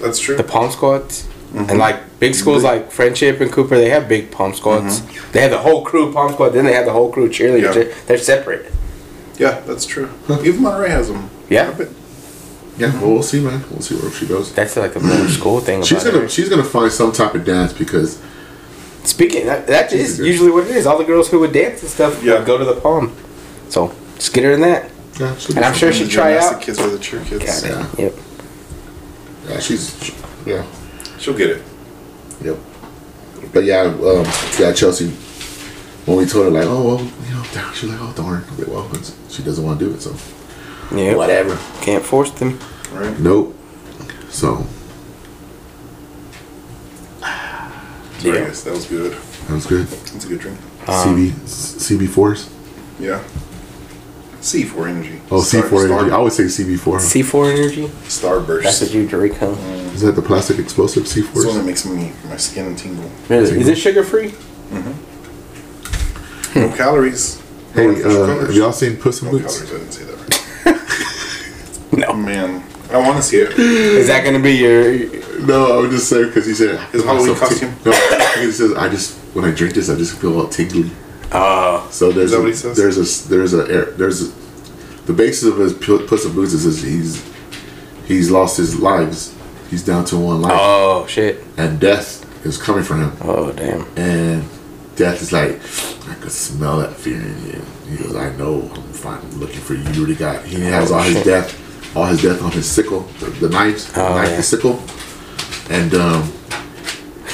that's true.
the palm squads. And like Mm-hmm. big Mm-hmm. schools like Friendship and Cooper, they have big palm squads. They have the whole crew palm squad. Then they have the whole crew cheerleaders.
Yeah.
They're, they're separate.
yeah, that's true. Even Monterey has them.
Yeah.
Yeah. Well, we'll see, man. We'll see where she goes.
That's like a more school thing. About
She's
it.
gonna she's gonna find some type of dance because
Speaking, that, that
She's
is
a good-
usually what it is. All the girls who would dance and stuff
Yeah.
would go to the palm. So just get her in that.
yeah, she'll
And I'm
be
sure
fine.
she try out.
Kids with the cheer kids.
Yeah.
Yep.
yeah, she's she- yeah
She'll get it.
yep. But yeah, um, yeah, Chelsea. When we told her like, oh well, you know, darn, she's like, oh darn, I'm like, well, it's- she doesn't want to do it, so
Yep.
whatever.
Can't force them.
Right.
Nope. So
Sorry,
Yeah.
guys, that was good.
that was good.
That's a good drink.
Um,
CB CB fours.
Yeah. C4 energy.
Oh,
Star-
C4
Star-
energy. I always say CB4.
C4 energy.
Starburst.
That's what you drink, huh?
Is that the plastic explosive
It's the one that
C4?
makes me my skin tingle.
Really? Is it sugar free?
No calories.
Hey,
No artificial
uh,
colors.
have y'all seen Puss in
No
Boots?
calories. I didn't say that right. no. Man, I want to see it.
Is that gonna be your?
No, I would just say because he said
His Halloween costume.
No, he says I just when I drink this, I just feel all tingly.
Uh,
So there's
Ah, that
a,
what he says?
there's a there's a air- there's a, the basis of his Pu- Puss in Boots is his, he's he's lost his lives. He's down to one life,
Ah.
oh shit.
and death is coming for him.
Oh damn.
And death is like, I could smell that fear in you. He goes, I know, I'm finally looking for you. You already got. He has all his death, all his death on his sickle, the, the knife, the
Oh,
knife,
yeah.
the sickle. And um,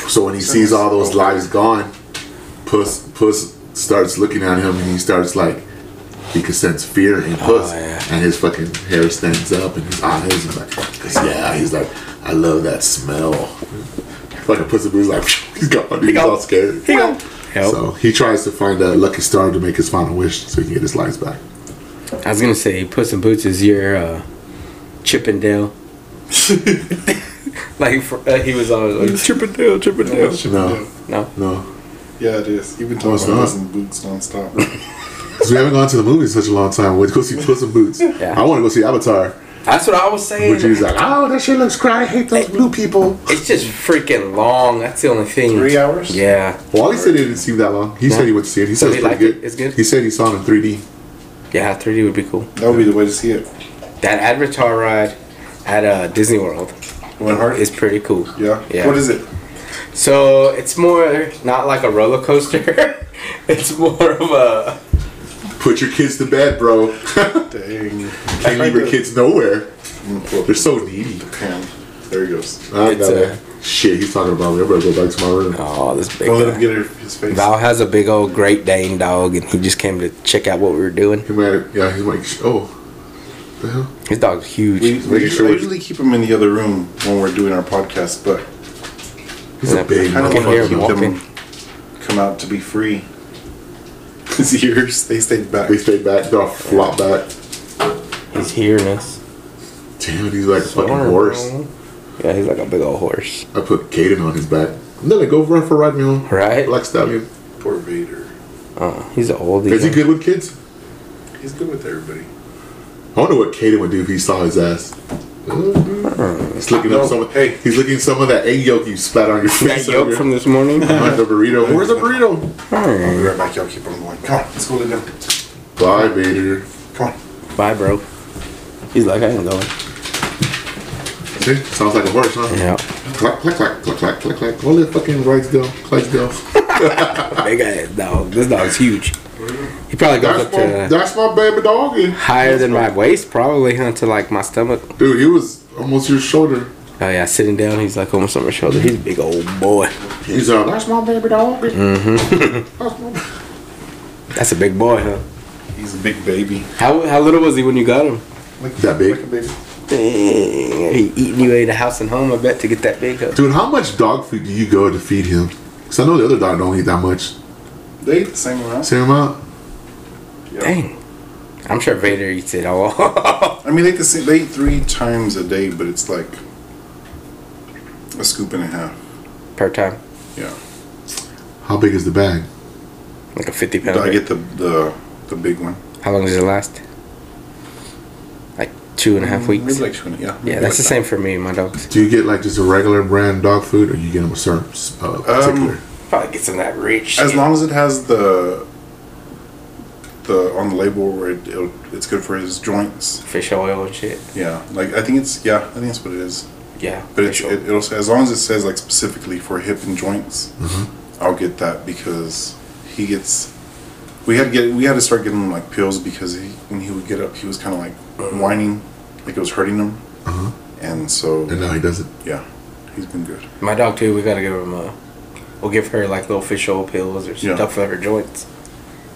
so when he sees all those lives gone, Puss Puss starts looking at him, and he starts like. He can sense fear in Puss,
Oh, yeah.
and his fucking hair stands up, and his eyes, and like, 'cause, yeah, he's like, I love that smell. Fucking Puss in Boots, like, he's gone. He's all scared.
Yep.
So he tries to find a lucky star to make his final wish so he can get his lives back.
I was gonna say Puss in Boots is your uh, Chippendale. like for, uh, he was always like Chippendale, Chippendale.
No,
No.
no.
Yeah, it is. You've been
No,
talking
it's
about
not.
this in boots nonstop.
Because we haven't gone to the movie in such a long time. We'll go see Puss in Boots. I want to go see Avatar.
That's what I was
But
saying.
she's like, oh, that shit looks great. I hate those blue people.
It's just freaking long. That's the only thing.
Three hours?
Yeah.
Wally said it didn't seem that long. He said he went to see it. He
So
said
he
it's pretty
liked it?
good.
It's good?
He said he saw it in 3D.
Yeah, 3D would be cool.
that would be the way to see it.
That Avatar ride at uh, Disney World
It went hard.
is pretty cool.
yeah.
Yeah.
What is it?
So it's more not like a roller coaster. it's more of a
Put your kids to bed, bro.
Dang.
Can't leave your kids nowhere.
They're
They're so needy.
Pan. There he goes.
I
It's
know.
a-
Shit, he's talking about me. I better go back to my room.
Oh, this big.
Don't let him
guy.
get her, his face.
Val has a big old Great Dane dog, and he just came to check out what we were doing.
He might have, yeah, he's like, sh- oh, the hell?
His dog's huge.
We
Making sure
usually, I
we-
usually keep him in the other room when we're doing our podcast, but
He's a
Yeah,
big
I don't
can
want
hear
to
motherfucker.
him walking.
keep them come out to be free. His ears, they stayed back.
They stay back, they'll flop back.
He's hearing us.
Damn, he's like a fucking
Sorry,
horse.
bro. Yeah, he's like a big old horse.
I put Caden on his back. And then I go run for a ride, man.
Right?
Black Stallion.
Poor Vader.
Uh, he's an oldie.
Is he good with kids?
He's good with everybody.
I wonder what Caden would do if he saw his ass. He's licking
No,
up some.
hey.
he's licking some of that egg yolk you spat on your face.
That yoke
earlier.
from this morning.
Like the burrito. Where's the burrito?
I'll
Hmm.
be right back, y'all. Keep on going. Come on, let's go lay down.
Bye, Vader.
Come on.
Bye, bro. He's like, I ain't going.
See, sounds like a horse, huh?
Yeah.
Clack, clack, clack, clack, clack, clack, clack. All that fucking Ricedale, Clydesdale.
Big ass dog. This dog's huge. He probably goes up
That's my,
to
that's my baby doggy.
higher than my waist, probably, huh? To like my stomach.
Dude, he was almost your shoulder.
Oh yeah, sitting down, he's like almost on my shoulder. He's a big old boy.
He's like, that's my baby doggy. that's my
That's a big boy, huh?
He's a big baby.
How how little was he when you got him?
Like,
That big?
Like a baby.
Dang, he eating you at a house and home. I bet to get that big. Huh?
Dude, how much dog food do you go to feed him? Because I know the other dog don't eat that much.
They eat the same amount.
Same amount?
Yeah.
Dang, I'm sure Vader eats it all.
I mean, they can see, they eat three times a day, but it's like a scoop and a half.
per time,
Yeah.
How big is the bag?
like a 50
But
pound.
I
bag.
get the, the the big one.
How long does it last? Like two and a half weeks.
Maybe Mm, like two and a Yeah.
yeah,
maybe
that's the
like
same for me and my dogs.
Do you get like just a regular brand dog food or you get them a certain
Um,
uh, particular?
Probably get some of that rich.
that. As long as it has the the on the label where it, it'll, it's good for his joints.
fish oil and shit.
Yeah. Like I think it's yeah. I think that's what it is.
Yeah,
But
fish
it's,
oil.
it, it'll say, as long as it says like specifically for hip and joints,
Mm-hmm.
I'll get that because he gets. We had to get we had to start getting him like pills because he when he would get up he was kind of like whining, like it was hurting him, and so
Mm-hmm. And no, he doesn't.
yeah, he's been good.
my dog too. We gotta give him a. We'll give her like little fish oil pills or
Yeah.
stuff for her joints,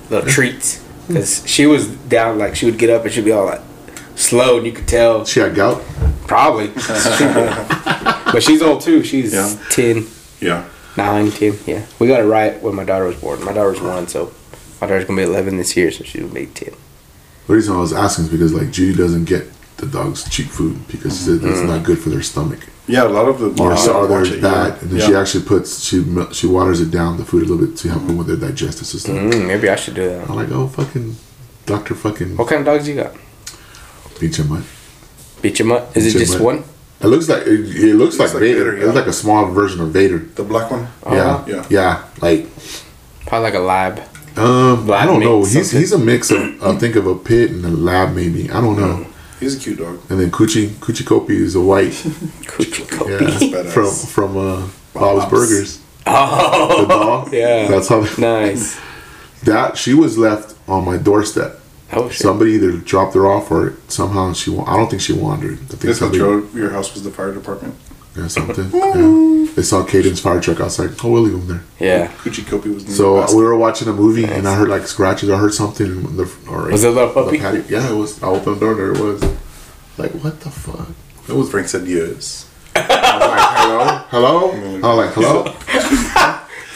little treats. Cause she was down like she would get up and she'd be all like slow and you could tell
She had gout?
probably. but she's old too. She's
Yeah.
10,
Yeah,
9, 10. Yeah, we got it right when my daughter was born. My daughter was one, so my daughter's gonna be eleven this year, so she's gonna be ten.
The reason I was asking is because like Judy doesn't get the dogs cheap food because it's
Mm-hmm.
it's not good for their stomach.
yeah. A lot of the
Or
yeah,
so
Oh, watch
there's
it,
that, and then
yeah. Mm-hmm.
she
Yeah.
actually puts she mil- she waters it down the food a little bit to help them with their digestive system.
Mm-hmm.
Mm, maybe I should do that.
I'm like, oh fucking, Doctor fucking
Oh.
What kind of dogs you got?
beat your mutt.
Beat him up. Is it
Beat 'em
just
up.
one?
It looks like it, it looks like,
like
Vader.
Vader, yeah.
It's like a small version of Vader.
the black one.
Yeah,
Yeah.
Uh-huh. yeah, Like,
Probably like a lab.
um,
Lab
I don't know.
mix,
He's
something.
he's a mix of I think of a pit and a lab maybe. I don't know.
He's a cute dog.
And then Coochie Coochie Kopi is a white
Coochie
yeah,
Copy.
badass.
from from uh, Bob's
Bob's.
Burgers.
Oh,
The dog.
yeah.
that's how
nice.
that she was left on my doorstep.
Oh shit.
Somebody either dropped her off or somehow she. Wa- I don't think she wandered. I think
This
somebody
control your house was the fire department.
yeah, something. yeah. They saw Caden's fire truck outside. Oh, we'll leave him there.
yeah.
Coochie Kopi was in
So
the basket.
we were watching a movie and I heard like scratches. I heard something. In the, or
Was it a little puppy?
the patio. Yeah, it was. I opened the door. There it was. Like what the fuck?
That was Frank said yes.
Like, hello, hello. I was like hello.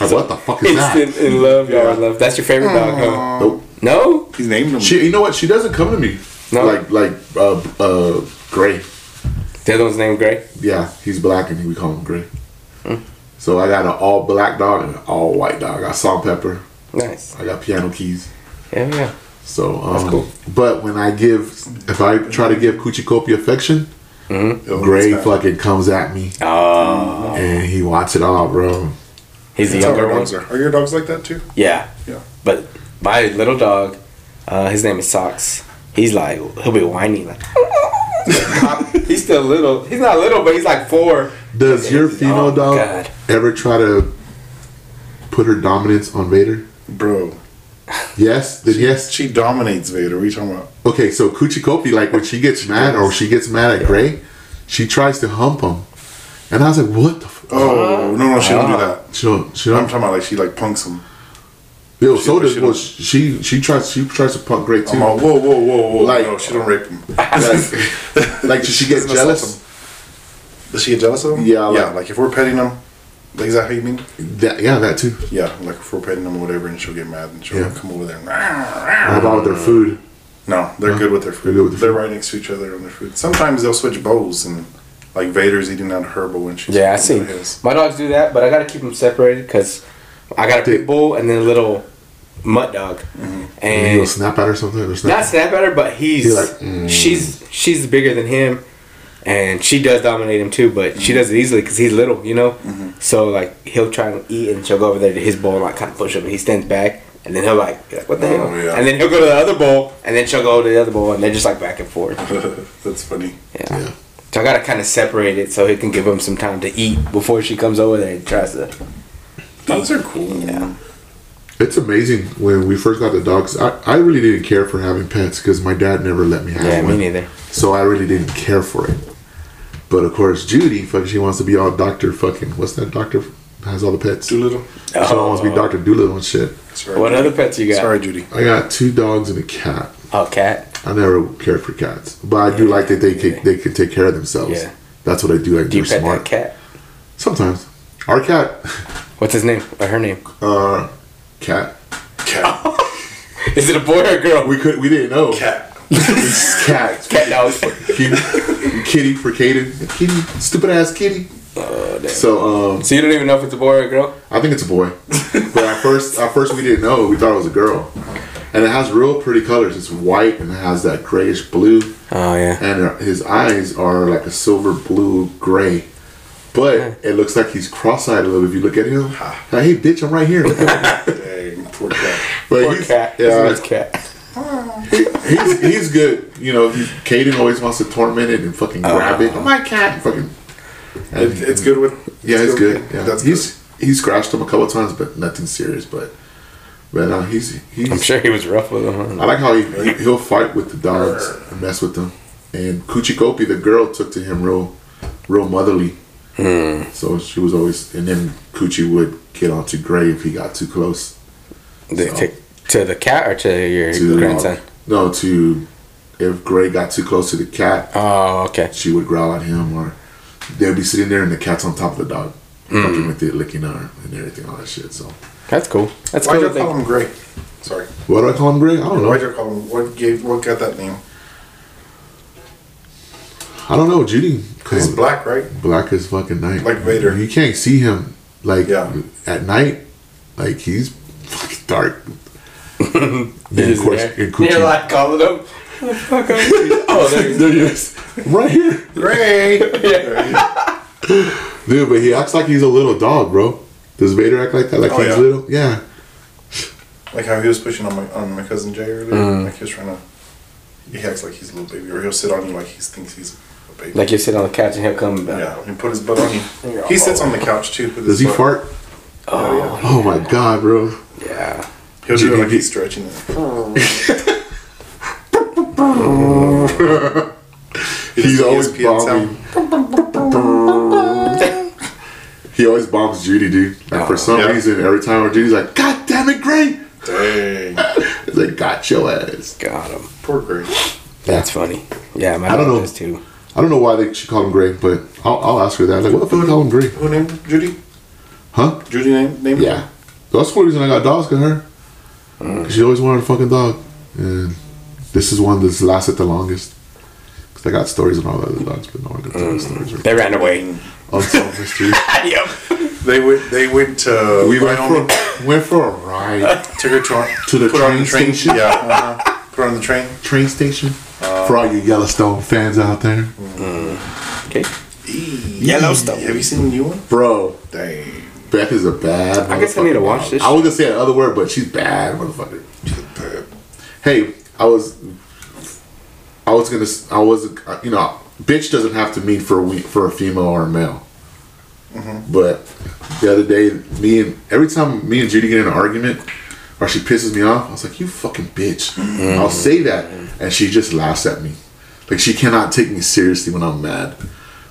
like, what the fuck is
Instant
that?
in love, y'all
Yeah.
in love. That's your favorite dog, huh?
Nope.
No?
He named him.
She, you know what? She doesn't come to me.
No.
Like like uh uh Gray.
The other one's named Gray.
Yeah, he's black and we call him Gray.
Hmm.
So I got an all black dog and an all white dog. I got salt and pepper.
Nice.
I got piano keys.
Yeah, yeah.
So um,
cool.
But when I give, if I try to give Kuchikopi affection,
Oh,
Gray
it's bad.
fucking comes at me
Oh.
and he wants it all, bro.
He's the
That's how
younger
our
one.
dogs are. Are your dogs like that too?
Yeah.
Yeah.
But my little dog, uh, his name is Socks. He's like he'll be whining like He's still little. He's not little, but he's like four.
Does your female
Oh,
dog
God.
ever try to put her dominance on Vader?
Bro,
Yes, then yes.
She dominates Vader. What are you talking about?
Okay, so Coochie Kopi, like when she gets mad or she gets mad at Gray, she tries to hump him, and I was like, "What the? F-?
Oh no, no, she don't do that.
She don't, she
I'm
don't
talking about like she like punks him.
Bill,
She-
so does
she
well,
don't-
she she tries she tries to punk Gray too.
I'm all, whoa, whoa, whoa, whoa!
Like-
Like, no, she don't rape him.
Like- like, does she get
doesn't
jealous?
assault him. Does she get jealous of him?
Yeah,
yeah.
like-
Like if we're petting him, like is that how you mean?
That, yeah, that too.
Yeah, like if we're petting him or whatever, and she'll get mad and she'll
Yeah.
come over there. and "Rah, rah."
How about with their food?
No, they're
No,
good with their
they're
food.
good
They're,
with their
right next to each other on their food. Sometimes they'll switch bowls and like Vader's eating out of her bowl and she's
Yeah, I see.
eating out of his.
My dogs do that, but I gotta keep them separated because I got a pit bull and then a little mutt dog,
And he'll
and
snap at her something. Or snap.
not snap at her, but he's
He like,
mm. she's she's bigger than him, and she does dominate him too, but she does it easily because he's little, you know. So like he'll try and eat, and she'll go over there to his bowl and like kind of push him, and he stands back. And then he'll like, be like, what the
Oh,
hell?
yeah.
And then he'll go to the other bowl, and then she'll go to the other bowl, and they're just like back and forth.
That's funny.
Yeah.
Yeah.
So I gotta kind of separate it so he can give him some time to eat before she comes over there and tries to.
Dogs are cool.
Yeah.
It's amazing when we first got the dogs. I, I really didn't care for having pets because my dad never let me have
Yeah, me
one.
neither.
So I really didn't care for it. But of course, Judy, fuck, she wants to be all doctor. Fucking what's that doctor has all the pets? She
Doolittle.
wants
Oh.
to be Doctor Doolittle and shit.
Sorry,
What
Judy.
other pets you got?
Sorry, Judy.
I got two dogs and a cat.
Oh, cat.
I never cared for cats, but I do like that they take, they can take care of themselves.
Yeah.
That's what I do. Like
Do you
they're
pet
smart.
that cat?
Sometimes our cat,
What's his name or her name?
uh, cat.
Cat.
Is it a boy or a girl?
We could we didn't know
Cat.
cat.
Cat dog.
kitty, kitty for Caden. Kitty, stupid ass kitty.
Oh, damn.
So um,
So you don't even know if it's a boy or a girl?
I think it's a boy. But at first, at first we didn't know. We thought it was a girl. And it has real pretty colors. It's white and it has that grayish blue.
Oh yeah.
and his eyes are like a silver blue gray. But it looks like he's cross-eyed a little. If you look at him, like, hey, bitch, I'm right here. but
Dang, poor cat.
Poor
he's,
cat.
yeah,
It's a cat.
he's, he's good. You know, he's, Caden always wants to torment it and fucking grab it. My cat, fucking. and-
It, it's good with.
Yeah, it's good.
with-
Yeah,
That's good.
he's he scratched him a couple times, but nothing serious. But but no, he's he's.
I'm sure he was rough with him.
I like how he, he he'll fight with the dogs and mess with them. And Kuchikopi, the girl, took to him real, real motherly.
Hmm.
So she was always, and then Coochie would get onto Gray if he got too close
The- to, to the cat or to your
to the
grandson?
No, to if Gray got too close to the cat,
Oh, okay.
she would growl at him, or they'd be sitting there and the cat's on top of the dog,
Mm.
fucking with it, licking her and everything, all that shit. So
That's cool. That's
Why
cool.
do
to
I call
think.
him Gray? Sorry.
what do I call him, Gray? I don't
Why
know.
do I call him? What gave? What got that name?
I don't know, Judy.
He's
Cause
black, right?
black as fucking night.
Like Vader.
You can't see him like
Yeah.
at night. Like he's fucking dark. and of
He's
course,
there.
and
eh? You're
Coochie.
like calling him. "Where the fuck are you?" Oh, there he is.
There he is. Right here.
Gray.
Dude, but he acts like he's a little dog, bro. Does Vader act like that? Like
Oh,
he's
yeah.
little? Yeah.
Like how he was pushing on my on my cousin Jay earlier.
Mm.
Like he was trying to. He acts like he's a little baby, or he'll sit on you like he thinks he's a baby.
Like you sit on the couch and he'll come back.
yeah, he put his butt on you. He sits on the couch too. With
Does
his
he
butt.
fart?
Oh,
Oh my god, bro.
Yeah.
yeah. He'll do it like he's stretching. It. He does
He's
the
always
ESPN
bombing. He always bombs Judy, dude. Like
Oh.
for some
Yeah.
reason, every time when Judy's like, "God damn it, Gray!"
Dang,
It's like, "Got your ass."
Got him.
poor Gray.
That's funny. Yeah, my
I don't
dog
know.
does too.
I don't know why they she called him Gray, but I'll, I'll ask her that. Like, what if I call him Gray?
Who named him? Judy?
Huh?
Judy named named him?
Yeah. That's the reason I got dogs with her. 'Cause She always wanted a fucking dog, and this is one that's lasted the longest. Cause I got stories on all the other dogs, but no one can tell the stories. Right?
They ran away.
Unsolved mystery.
yep.
They went. They went to
We went
Wyoming.
for went for a ride
took her to,
to the
put her
train
on the train.
station.
Yeah, uh-huh. put her on the train.
Train station. for all you Yellowstone fans out there,
Okay.
Yellowstone. Have you seen the new one?
bro,
Dang.
Beth is a bad.
I guess I need to
motherfucking
watch
dog.
this
I was gonna say another word, but she's bad, motherfucker. hey, I was, I was gonna, s- I was, you know, bitch doesn't have to mean for a we for a female or a male.
Mm-hmm.
But the other day, me and every time me and Judy get in an argument, or she pisses me off, I was like, you fucking bitch.
Mm.
I'll say that. And she just laughs at me. Like, she cannot take me seriously when I'm mad.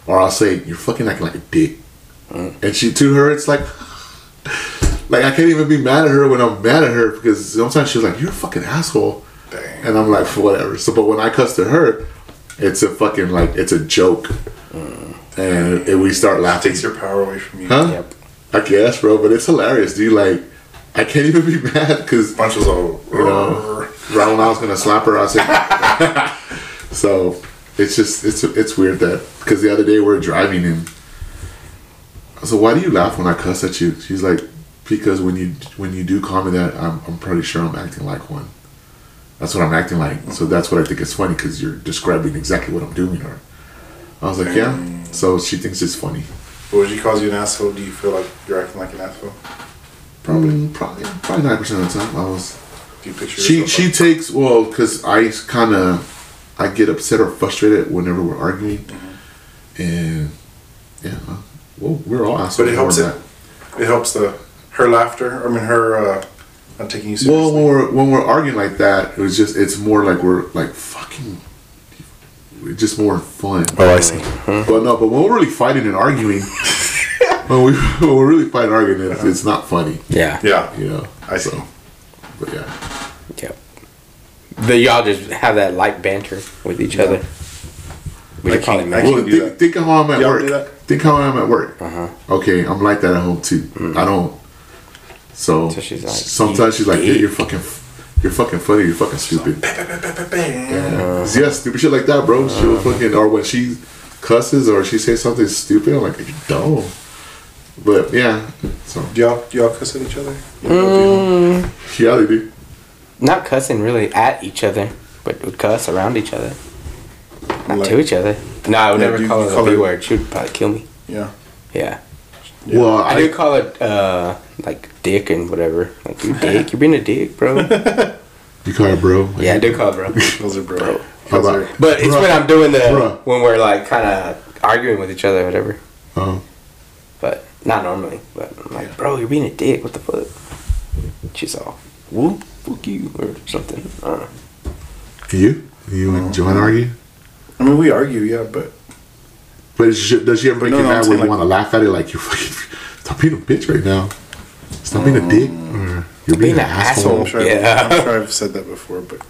Or I'll say, you're fucking acting like a dick.
Mm.
And she, to her, it's like, like I can't even be mad at her when I'm mad at her because sometimes she's like, you're a fucking asshole.
Dang.
And I'm like, whatever. So, but when I cuss to her, it's a fucking, like, it's a joke. And, and we start laughing.
Mm. Takes your power away from you.
Huh?
Yep.
I guess, bro, but it's hilarious, dude. Like, I can't even be mad because
Punch was all.
know. right when I was gonna slap her, I said. so it's just it's it's weird that because the other day we were driving and I said, "Why do you laugh when I cuss at you?" She's like, "Because when you when you do call me that, I'm I'm pretty sure I'm acting like one. That's what I'm acting like. So that's what I think is funny because you're describing exactly what I'm doing." Or I was like, "Yeah." So she thinks it's funny.
What would you cause you an asshole? Do you feel like you're acting like an asshole?
Probably, probably, probably nine percent of the time I was.
Do you picture
She
yourself
she takes well because I kind of I get upset or frustrated whenever we're arguing, and yeah, uh, well we're all assholes.
But it helps
when
it.
we're
It helps the her laughter. I mean her uh, not taking you
mad. Well,
seriously.
when we're when we're arguing like that, it was just it's more like we're like fucking, it's just more fun.
Oh, I see.
But no, but when we're really fighting and arguing, when we when we're really fighting and arguing, it's, it's not funny,
Yeah.
yeah,
you know.
I see.
But yeah,
Yep. But y'all just have that light banter with each other. We
I
should call it
can't-
that.
I
well,
do
think,
that.
think of how I'm at
Y'all do
work.
that?
Think how I'm at work.
Uh-huh. Mm-hmm.
okay, I'm like that at home too. I don't. So,
So she's like,
sometimes she's like, yeah, you're fucking, you're fucking funny, you're fucking stupid. yeah, stupid shit like that, bro. She'll
Uh-huh.
fucking, or when she cusses or she says something stupid, I'm like, you're dumb. But yeah, so
Do y'all do y'all cuss at each other?
Mm. yeah, they do.
Not cussing really at each other, but would cuss around each other. Not to each other. No, I would
Yeah,
never
you-
call
you
her
call
the B
her-
word. She would probably kill me.
Yeah.
Yeah.
Well,
I,
I,
do call it uh like dick and whatever. Like you dick, you're being a dick, bro.
you call her bro. Like,
yeah, I do call it bro.
Those are bro.
how
Those
about-
are,
But it's when I'm doing the
Bruh.
when we're like kind of arguing with each other, or whatever.
uh,
But not normally. But I'm like, bro, you're being a dick. What the fuck? She's all, whoop, fuck you, or something. Uh. I don't know.
you, you and Joanna argue.
I mean, we argue, yeah, but
But is she, does she ever make
No,
you
no, I'm
mad when
saying
you
like-
want to laugh at it? Like you fucking stop being a bitch right now. Stop
Mm.
being a dick. Or you're being, an asshole.
I'm sure,
Yeah.
I've, I'm sure I've said that before, but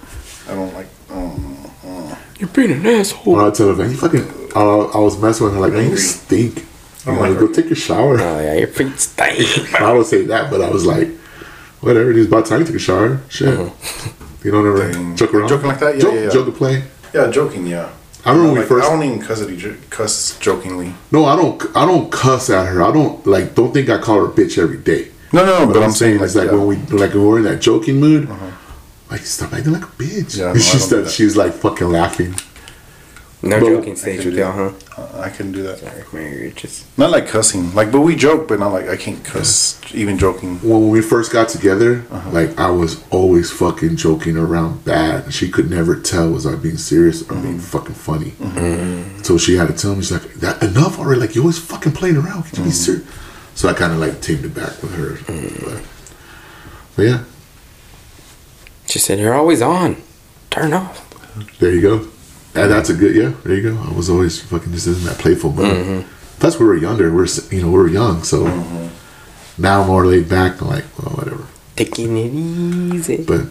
I don't like. Um, uh,
You're being an asshole.
Or I tell her, man, you fucking. Uh, I was messing with her, like, man, you stink.
Oh
I'm like, go take a shower.
Oh yeah, your feet stink.
I would say that, but I was like, whatever. It's about time to take a shower. Shit. You don't ever
Uh-huh. Dang.
joke around.
Joking like that? Yeah,
joke,
yeah, yeah.
joke and play.
yeah, joking, yeah.
I remember when
Like,
we first.
I don't even cuss at each cuss jokingly.
no, I don't. I don't cuss at her. I don't like. Don't think I call her a bitch every day.
No, no,
But, I'm saying, it's like
yeah. Uh-huh.
when we like when we're in that joking mood. Like stop acting like a bitch.
Yeah, no, I
and she
don't do
starts,
that.
she's like fucking laughing.
No
But-
joking stage with y'all, huh?
Uh, I can do that.
Like, man, you're just
Not like cussing, like, but we joke, but not like I can't cuss even joking.
When we first got together,
Uh-huh.
like I was always fucking joking around bad. She could never tell was I being serious or
Mm-hmm.
being fucking funny. So she had to tell me, she's like, that enough already. Like you always fucking playing around. Can you be
Mm-hmm.
serious? So I kind of like tamed it back with her.
Mm.
But, but yeah,
she said you're always on. Turn off.
there you go. And that's a good yeah. There you go. I was always fucking just in that playful mood.
Mm-hmm.
Plus we were younger. We're s- you know we were young, so
Mm-hmm.
now I'm more laid back. and like well whatever.
Taking it easy.
But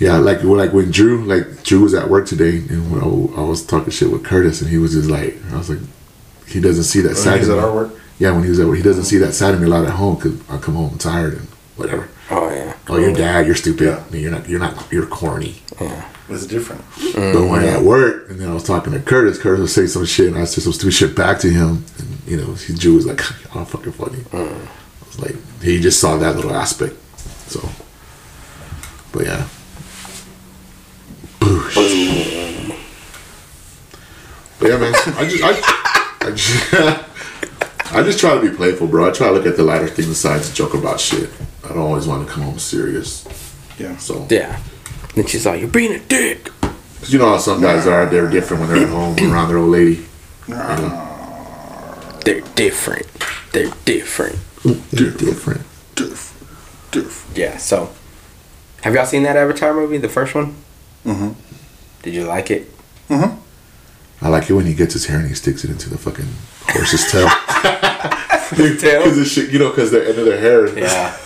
yeah, like when like when Drew like Drew was at work today, and when I, I was talking shit with Curtis, and he was just like, I was like, he doesn't see that side.
Is
of
that
me.
our work?
Yeah, when he was at work, he doesn't see that side of me a lot at home because I come home tired and whatever.
Oh yeah.
Oh, you're dad, you're stupid.
Mm-hmm. Yeah.
You're not. You're not. You're corny.
It's different.
But when at work, and then I was talking to Curtis, Curtis would say some shit, and I said some stupid shit back to him. And, you know, he, Drew was like, oh, fucking funny. I was like, he just saw that little aspect. So, but yeah. Boosh. But yeah, man. I just, I, I just, I just try to be playful, bro. I try to look at the lighter things besides joke about shit. I don't always want to come home serious.
Yeah.
So,
So
Yeah. Then she's like, you're being a dick.
because you know how some guys are, they're different when they're at home around their old lady.
They're different. They're different.
They're different.
Doof.
Yeah. So, have y'all seen that Avatar movie, the first one?
Mhm.
Mm-hmm. Did you like it? Mm-hmm.
I like it when he gets his hair and he sticks it into the fucking horse's tail.
Tail.
this shit, you know, because the end of their hair,
Yeah.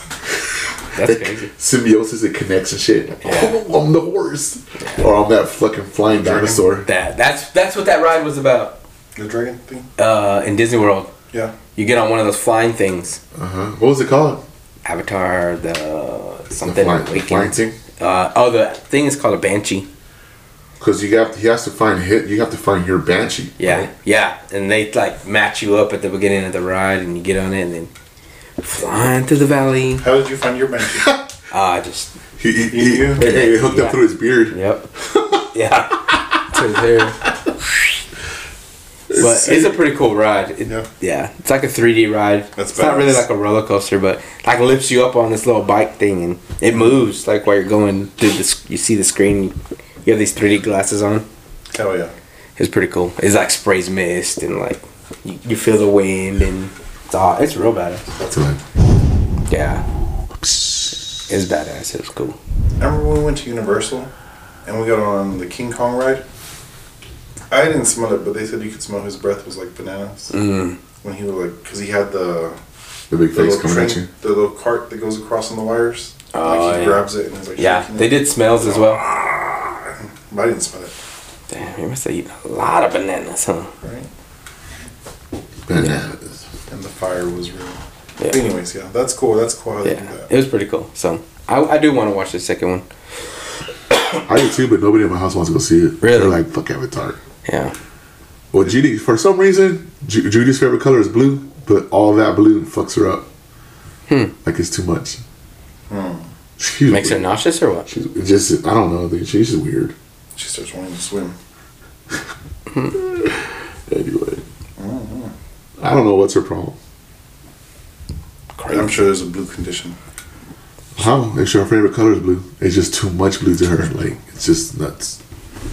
That's crazy.
symbiosis, it connects and shit.
Yeah.
Oh, I'm the horse, or I'm that fucking flying dinosaur.
That that's that's what that ride was about.
The dragon thing?
Uh, in Disney World,
Yeah.
you get on one of those flying things.
Uh huh. What was it called?
Avatar, the
The,
something.
fly, the
Awakening.
flying thing.
Uh, oh, the thing is called a banshee.
Because you got he has to find hit. You have to find your banshee.
Yeah,
right?
yeah, and they like match you up at the beginning of the ride, and you get on it, and then flying through the valley.
How did you find your banshee?
Ah, just
He, he, he,
You-
he hooked
Yeah.
up through his beard.
yep, yeah. To his hair. But it's a pretty cool ride. It-
Yeah.
yeah. it's like a 3D ride.
That's
it's not really
badass.
like a roller coaster, but like lifts you up on this little bike thing, and it moves like while you're going through this. You see the screen. You have these 3D glasses on.
Hell yeah.
It's pretty cool. It's like sprays mist, and like you, you feel the wind, and it's, aw- it's real badass.
That's what I-
Yeah. It's badass. It was cool.
Remember when we went to Universal and we got on the King Kong ride? I didn't smell it, but they said you could smell his breath was like bananas.
Mm.
When he was like, because he had the,
the big
the,
face
little
coming
train,
at you.
the little cart that goes across on the wires.
Oh,
like he
yeah.
grabs it and he's like,
Yeah,
shaking it.
they did smells as well.
But I didn't smell it.
Damn, you must have eaten a lot of bananas, huh?
Right?
Bananas.
And the fire was real.
Yeah.
But anyways, yeah, that's cool. That's cool how they do
Yeah,
that.
it was pretty cool. So I, I do want to watch the second one.
I do too, but nobody in my house wants to go see it.
Really?
They're like, fuck Avatar.
Yeah.
Well, Judy, for some reason, Ju- Judy's favorite color is blue, but all that blue fucks her up.
Hmm.
Like it's too much. Hmm. She's
Makes her
weird.
nauseous or what?
She's it's just, I don't know, dude. She's just weird.
She starts wanting to swim.
Anyway. I don't know what's her problem.
I'm sure there's a blue condition.
How? If her favorite color is blue, it's just too much blue to her. Like, it's just nuts.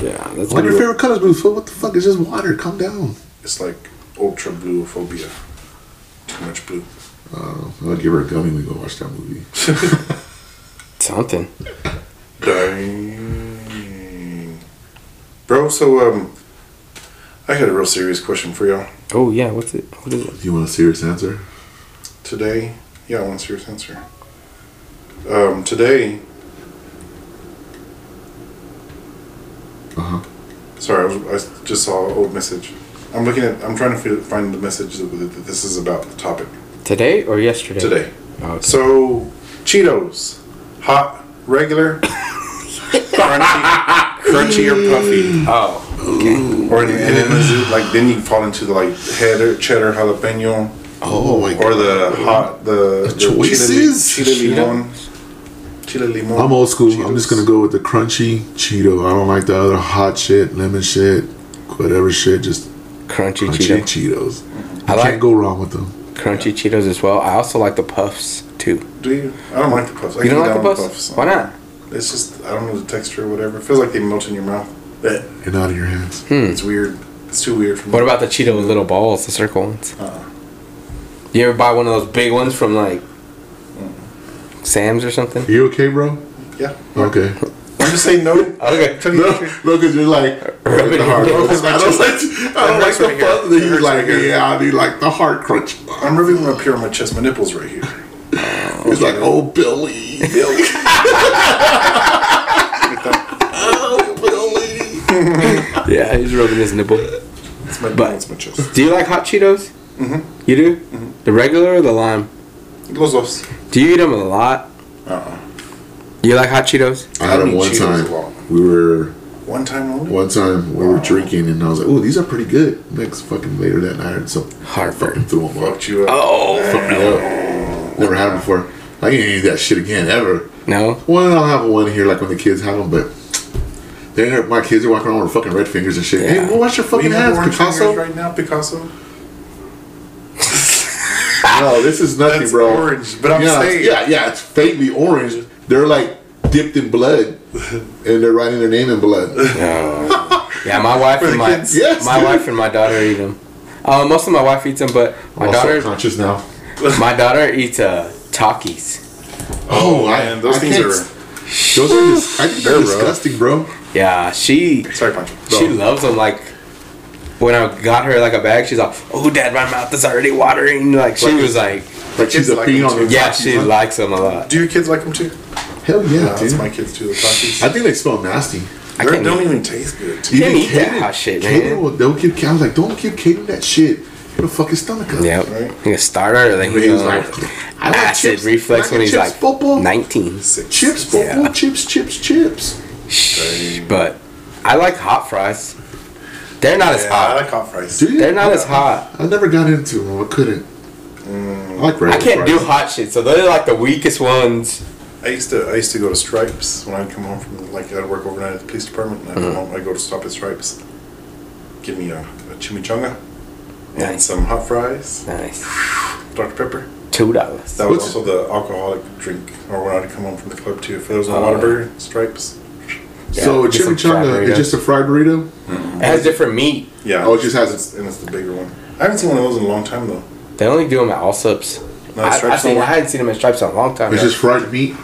Yeah, that's
Like, your
pretty
favorite color is blue, so what the fuck? It's just water. Calm down.
It's like ultra blue phobia. Too much blue.
Uh, I'll give her a gummy when we go watch that movie.
something.
Dang. Bro, so um I got a real serious question for y'all.
Oh yeah, what's it? What is it?
Do you want a serious answer?
Today yeah, I want a serious answer. Um today
Uh huh.
sorry, I, was, I just saw an old message. I'm looking at I'm trying to fi- find the message that, that this is about the topic.
Today or yesterday?
Today.
Oh, okay.
So Cheetos. Hot, regular, crunchy, crunchy or puffy.
Oh,
Or and it was like then you fall into the like header cheddar jalapeno
Oh, my
or the hot the, the
choices?
chile, chile limon chile limon.
I'm old school. I'm just gonna go with the crunchy Cheeto. I don't like the other hot shit, lemon shit, whatever shit. Just
Oh. crunchy,
crunchy
Cheetos.
Cheetos. I
I like-
can't go wrong with them.
Crunchy Cheetos as well. I also like the puffs too.
Do you? I don't like the puffs. I
You
can
don't
get
like the
down with
puffs? Why not?
It's just I don't know the texture or whatever. It feels like they melt in your mouth. Blech.
And out of your hands.
It's weird. It's too weird for me.
Hmm. What about the Cheeto with little balls, the circle ones?
Uh-uh.
You ever buy one of those big ones from like Sam's or something?
You okay, bro?
Yeah.
Okay.
I'm just saying no.
Okay.
Tell you
No,
the truth.
no, because you're like
Rub it
the hard.
in.
No, 'cause I don't like, I don't like
hurts
the
right here.
fun. And Then
It
you're
hurts
like,
right here.
yeah, I need like the hard crunch.
I'm rubbing them up here on my chest. My nipples right here.
He's like, oh, Billy, Billy, oh, Billy.
Yeah, he's rubbing his nipple.
It's my
But-
it's my chest.
Do you like hot Cheetos? Mm-hmm. You do? The regular or the lime?
Los dos.
Do you eat them a lot?
Uh-uh.
You like hot Cheetos?
I had
I
him
need
one
Cheetos a lot.
time. We were
One time only.
One time we were drinking and I was like, "Oh, these are pretty good." Next fucking later that night, I had some
Heartburn.
fucking threw them up.
Fucked you uh, up.
Oh
Fucked me up. Never had them before. I ain't eat that shit again ever.
no!
Well, I'll have one here like when the kids have them, but they are- my kids are walking around with fucking red fingers and shit.
Yeah.
Hey, well, wash your
We
fucking
have
hands,
orange
Picasso.
fingers right now, Picasso.
No, this is nothing,
That's
bro.
orange, but I'm
yeah,
saying-
yeah, yeah, it's faintly orange. They're like dipped in blood, and they're writing their name in blood.
Yeah, my wife
the
and my
kids.
Yes,
my
dude.
wife and my daughter eat them. Uh, most of my wife eats them, but my
I'm
daughter
conscious now.
my daughter eats uh, Takis.
Oh, I-
man, those
I
things
can't
are.
s- Those are dis- I think they're
They're rough.
disgusting, bro.
Yeah, she
Sorry, Pancho.
she
Go.
loves them. Like when I got her like a bag, she's like, "Oh, Dad, my mouth is already watering." Like she was like,
Like she's
kids
a
like
fiend
them
on
too.
the
"Yeah,
Takis,
she
huh?
likes them a lot."
uh, Do your kids like them too?
Hell yeah,
Yeah, that's
dude.
my kids too. The
I
Takis.
think they smell nasty.
I
They
can't
don't
eat-
even taste good.
You can't
Even
eat that
Kaden-
hot shit,
Kaden
man.
will- they'll give Kaden, I was like, don't give Kaden that shit. It'll fuck his stomach up.
Yep,
Right.
like a starter. Like
But
you
he was
know,
like, I like
acid
chips.
reflex
I like
when he's
chips,
like
Bobo.
19.
Chips, Bobo.
Yeah.
Chips, chips, chips.
Shh, But I like hot fries. They're not as
Yeah, I
hot.
like hot fries.
Do you?
They're not as hot.
I never got into them. I couldn't. I like regular
I can't
fries.
do hot shit, so they're like the weakest ones.
I used to I used to go to Stripes when I'd come home from like I'd work overnight at the police department and I'd
Mm.
come home I'd go to stop at Stripes. Give me a, a chimichanga and
Nice.
some hot fries,
Nice.
Dr. Pepper.
Two dollars.
That was
What's-
also the alcoholic drink or when I'd come home from the club too. If there was no
Oh.
Whataburger, Stripes.
So a
Yeah, just some fried
chimichanga
burritos.
is just a fried burrito.
It has different meat.
Yeah.
Oh, it just has-
it's, and it's the bigger one. I haven't seen one of those in a long time though.
They only do them at Allsups.
No,
I,
Stripes
I, seen,
don't
I
work.
hadn't seen them in stripes in a long time.
It's just fried meat,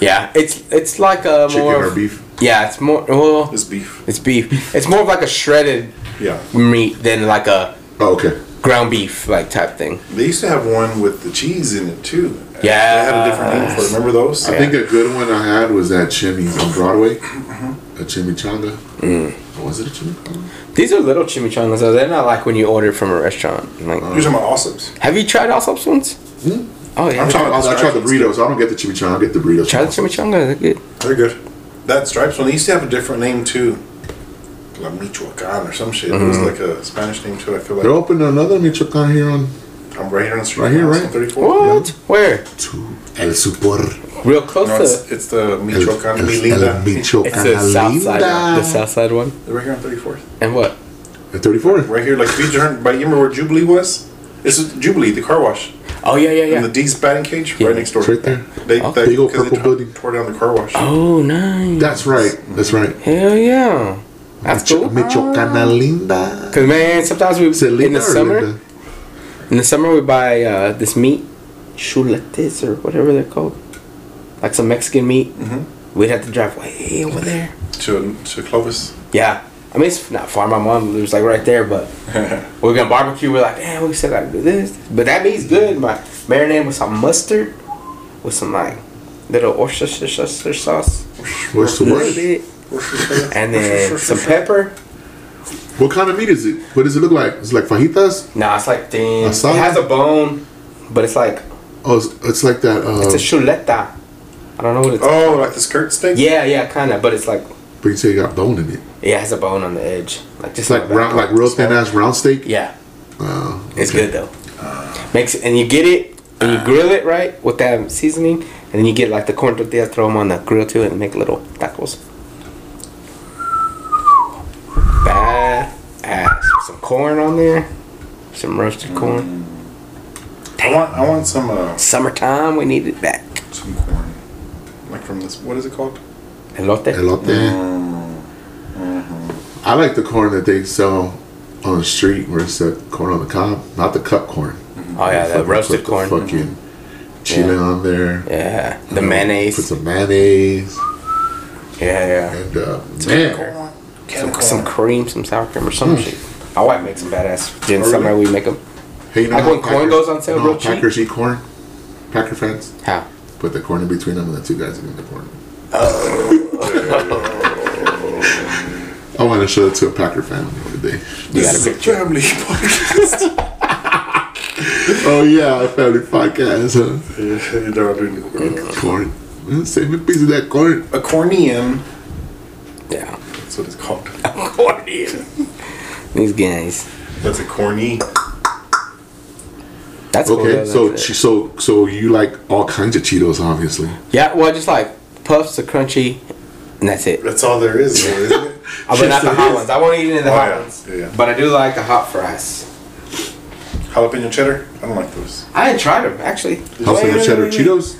yeah, it's it's like a
chicken
more.
or beef.
Yeah, it's more. Well,
It's beef.
it's beef. It's more of like a shredded
Yeah.
meat than like a
Oh, okay.
ground beef like type thing.
They used to have one with the cheese in it too.
Yeah.
They had a different name for it. Remember those?
I think a good one I had was that Chimmy's on Broadway. A chimichanga.
Mm.
Or Was it a chimichanga?
These are little chimichangas though. They're not like when you order from a restaurant. Like,
You're talking about Allsup's.
have you tried Allsups ones? Oh yeah.
Hmm? I'm
I,
talking-
I tried the burritos. I don't get the chimichanga. I get the burritos.
Try the chimichanga. They're good.
They're good. That Stripes one, they used to have a different name too. La Michoacan or some shit. It was like a Spanish name too, I feel like.
They're opening another Michoacan here on
I'm right here on the street.
Right here,
now,
right?
it's on 34.
What? Where?
to El Supor.
Real close
No,
to.
it's, it's the
El,
Michoacan
El- El
It's
Milinda.
Michoacan
the south side,
Linda.
one. the south side one,
They're right here on 34th.
and what?
At 34.
Right here, like, if you turn, but you remember where Jubilee was? This is Jubilee, the car wash.
Oh yeah, yeah,
And the
yeah.
D's batting cage,
Yeah.
right next door.
It's right there.
They,
Oh.
that,
Big old
'cause
purple
they
building.
Tore down the car wash.
Oh nice.
That's right. That's right.
Hell yeah. That's
Micho-
cool.
Michoacana Linda.
Cause man, sometimes we
Is it
in
Linda
the
or
summer
Linda?
in the summer we buy uh, this meat, chuletes or whatever they're called, like some Mexican meat. We'd have to drive way over there.
To, to Clovis.
Yeah, I mean it's not far. My mom lives like right there, but we're gonna barbecue. We're like, damn, we said I could do this, but that meat's good. My marinade with some mustard, with some like little Worcestershire sauce,
What's
a
the
little
word?
bit, and then some pepper.
What kind of meat is it? What does it look like? It's like fajitas?
Nah, it's like thin. It
Asada?
has a bone, but it's like
Oh, it's, it's like that. Uh,
it's a chuleta. I don't know what it's.
Oh, like the skirt steak?
Yeah, yeah, kind of, but it's like
but you say you got bone in it.
it has a bone on the edge, like
It's
just
like
on the back
round, like
part.
real thin ass round steak.
Yeah,
Wow.
it's
Okay. Ah.
good though. Makes and you get it and you grill it right with that seasoning, and then you get like the corn tortillas, throw them on the grill too, and make little tacos. Bad ass. Some corn on there, some roasted corn.
I want, I want some, uh,
Mm.
Summertime, we need it back.
some corn. Like from this, what is it called?
Elote.
Elote. I like the corn that they sell on the street where it's the corn on the cob, not the cut corn.
Oh yeah, the
Fucking
roasted
put
corn.
The fucking chili on there.
Yeah, the
Put
mayonnaise.
some mayonnaise
Yeah, yeah.
and uh, man,
Some,
some cream, some sour cream, or some shit. My wife makes them badass. In
really?
summer, we make them.
hey, you know
Like
how
when corn
Packers-
goes on sale
you know
real
how
cheap?
Packers eat corn. Packer fans
How?
put the corn in between them, and the two guys eat the corn.
Oh.
I want to show it to a Packer fan today.
You
This
got a
is a
picture.
family podcast.
Oh yeah, family podcast. Huh?
They're all doing it.
Corn. Mm, Save me a piece of that corn.
A corneum.
Yeah.
That's what it's called.
Accordion. These guys.
That's a corny.
That's cool,
Okay,
though,
so
that's
chi-
it.
so so you like all kinds of Cheetos, obviously.
yeah, well, just like puffs, the crunchy, and that's it.
That's all there is, really, isn't it?
Oh, but not the hot ones. I won't eat any of the
Oh,
hot
yeah.
ones.
Yeah, yeah.
But I do like the hot fries.
Jalapeno cheddar? I don't like those.
I had tried them actually.
Jalapeno cheddar Cheetos.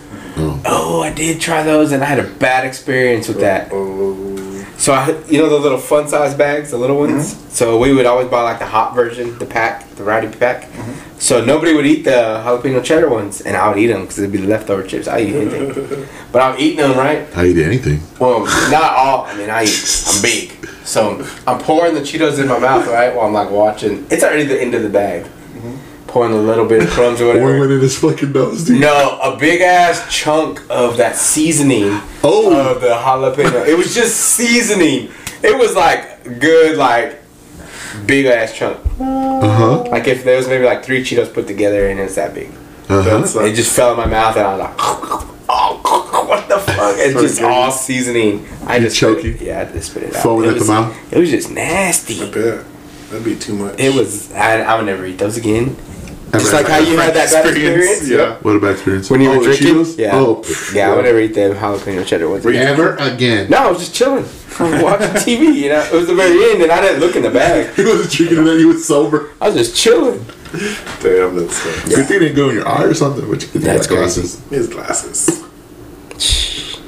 Oh, I did try those, and I had a bad experience with that.
Oh,
So I, you know those little fun size bags, the little ones. So we would always buy like the hot version, the pack, the variety pack. So nobody would eat the jalapeno cheddar ones, and I would eat them because it'd be the leftover chips. I eat anything, but I'm eating them right.
I eat anything.
Well, not all. I mean, I eat. I'm big, so I'm pouring the Cheetos in my mouth right while I'm like watching. It's already the end of the bag. Pouring a little bit of crumbs or whatever.
Oil in his fucking nose, dude.
No, a big ass chunk of that seasoning
Oh.
of the jalapeno. It was just seasoning. It was like good, like big ass chunk.
Uh huh.
Like if there was maybe like three Cheetos put together and it's that big.
Uh huh.
That's
Uh-huh. It
like,
just fell in my mouth and I was like, oh, what the fuck? It's just all seasoning. I
You
just spit
choking?
It. Yeah, I just spit it out.
Foaming
it
at the
was,
mouth?
It was just
I
nasty.
bet. That'd be too much.
It was. I, I would never eat those again. Just like how you had that bad experience.
Yeah.
What about experience?
When you
Oh,
were
the
drinking?
Cheetos?
Yeah.
Oh, pff,
Yeah, I would never eat the jalapeno cheddar ones. again.
Ever again.
No, I was just chilling, watching TV. You know, it was the very end, and I didn't look in the bag.
He wasn't drinking and then he was sober.
I was just chilling.
Damn, that's uh,
Good thing it didn't go in your eye or something. Which
That's crazy.
his glasses.